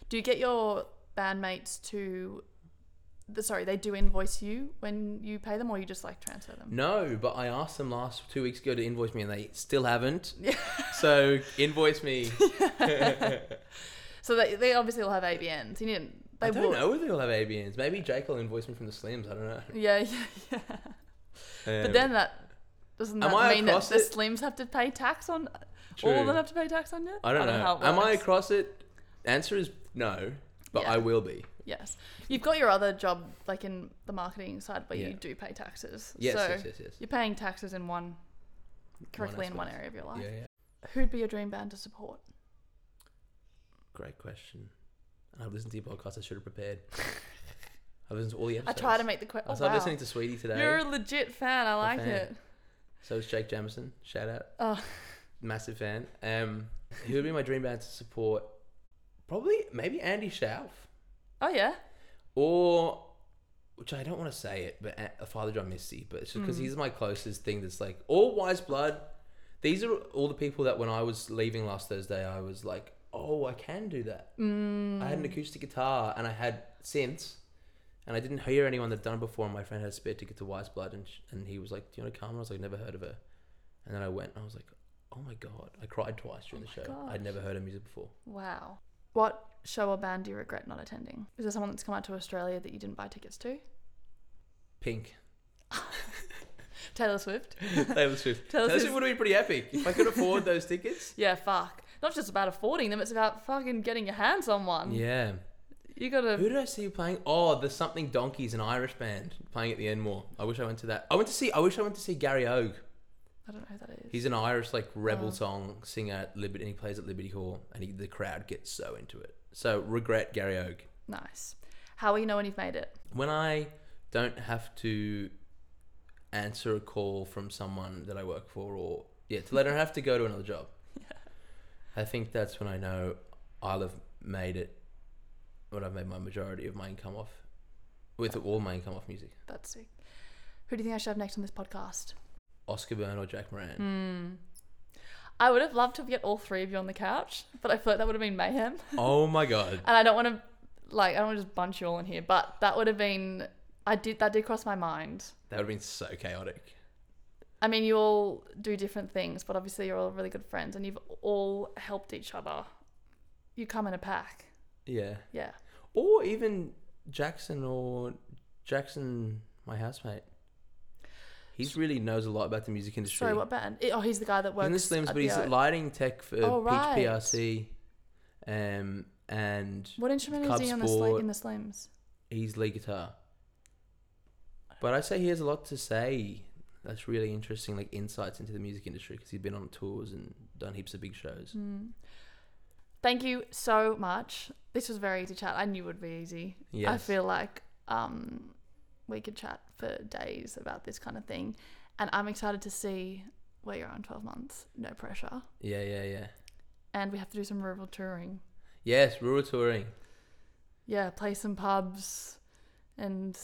A: Do you get your bandmates to? The, sorry, they do invoice you when you pay them, or you just like transfer them.
B: No, but I asked them last two weeks ago to invoice me, and they still haven't.
A: Yeah.
B: So invoice me.
A: So they, they obviously will have ABNs. You need. They
B: I don't
A: will.
B: know whether they'll have ABNs. Maybe Jake will invoice me from the Slims. I don't know.
A: Yeah, yeah, yeah.
B: Um,
A: But then that doesn't
B: Am
A: that
B: I
A: mean that
B: across
A: the
B: it?
A: slims have to pay tax on all
B: true.
A: of them have to pay tax on it?
B: I don't, know.
A: how it
B: Am I
A: works.
B: across it? Answer is no, but
A: Yeah.
B: I will be.
A: Yes, you've got your other job like in the marketing side where you
B: Yeah.
A: do pay taxes.
B: Yes,
A: so
B: yes, yes, yes.
A: you're paying taxes in one correctly in one
B: aspect.
A: area of your
B: Yeah,
A: life.
B: yeah.
A: Who'd be your dream band to support?
B: Great question. I've listened to your podcast. I should have prepared. I've listened to all the
A: I
B: episodes.
A: try to make the
B: I
A: question. Oh,
B: started
A: wow.
B: listening to Sweetie today.
A: You're a legit fan. I like
B: fan.
A: it.
B: So it's Jake Jamison. Shout out.
A: Oh.
B: Massive fan. Um, who would be my dream band to support? Probably maybe Andy Schauf
A: Oh yeah.
B: or. Which I don't want to say it, but uh, a- a Father John Misty, but it's just because
A: Mm.
B: he's my closest thing that's like, all Wise Blood. These are all the people that when I was leaving last Thursday, I was like, oh, I can do that.
A: Mm.
B: I had an acoustic guitar and I had synths, and I didn't hear anyone that done it before. And my friend had a spare ticket to Wise Blood, and, sh- and he was like, "Do you want to come?" And I was like, "Never heard of her." And then I went, and I was like, "Oh my god!" I cried twice during
A: Oh
B: the show.
A: my
B: I'd
A: gosh.
B: never heard her music before.
A: Wow. What show or band do you regret not attending? Is there someone that's come out to Australia that you didn't buy tickets to?
B: Pink,
A: Taylor Swift.
B: Taylor Swift.
A: Taylor
B: Taylor
A: Swift-
B: Swift would have been pretty epic if I could afford those tickets.
A: Yeah, fuck. Not just about affording them, it's about fucking getting your hands on one.
B: Yeah.
A: You gotta.
B: Who did I see playing? Oh, the Something Donkeys, an Irish band playing at the Enmore. I wish I went to that. I went to see. I wish I went to see Gary Ogue.
A: I don't know who that is.
B: He's an Irish like rebel
A: Oh.
B: song singer at Liberty, and he plays at Liberty Hall, and he, the crowd gets so into it. So regret Gary Oak.
A: Nice. How will you know when you've made it?
B: When I don't have to answer a call from someone that I work for, or yeah, to let her have to go to another job. I think that's when I know I'll have made it. When I've made my majority of my income off, with all my income off music,
A: That's sick. Who do you think I should have next on this podcast?
B: Oscar Byrne or Jack Moran.
A: Hmm. I would have loved to get all three of you on the couch, but I feel like that would have been mayhem.
B: Oh my god.
A: And I don't want to, like, I don't want to just bunch you all in here, but that would have been. I did that did cross my mind.
B: That would have been so chaotic.
A: I mean, you all do different things, but obviously you're all really good friends, and you've all helped each other. You come in a pack.
B: Yeah.
A: Yeah.
B: or even Jackson or Jackson, my housemate. He's really knows a lot about the music industry.
A: Sorry, what band? Oh, he's the guy that
B: He's
A: works.
B: in the Slims,
A: at
B: but he's
A: the, uh,
B: lighting tech for
A: Oh,
B: Peach
A: right.
B: PRC, um, and
A: What instrument is
B: club
A: he on the sli-
B: sport.
A: in the Slims?
B: he's lead guitar. But I say he has a lot to say. That's really interesting, like insights into the music industry because he's been on tours and done heaps of big shows.
A: Mm. Thank you so much. This was very easy chat. I knew it would be easy. I
B: Yes.
A: feel like um, we could chat for days about this kind of thing, and I'm excited to see where you're on 12 months, no pressure.
B: Yeah, yeah, yeah.
A: And we have to do some rural touring.
B: Yes, rural touring.
A: Yeah, play some pubs and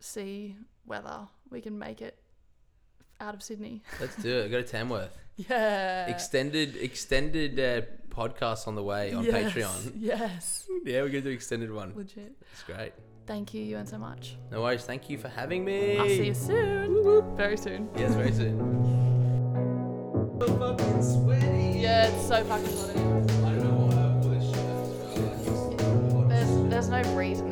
A: see whether we can make it out of Sydney.
B: Let's do it. Go to Tamworth.
A: Yeah.
B: extended extended uh, podcast on the way on
A: Yes,
B: Patreon.
A: Yes.
B: Yeah, we're gonna do extended one.
A: Legit.
B: It's great.
A: Thank you, Ewan, so much.
B: No worries. Thank you for having me.
A: I'll see you soon. Very soon.
B: Yes, very soon. So fucking sweaty.
A: Yeah, it's so fucking hot. in here.
B: I don't know why I wore this shirt.
A: There's, there's no reason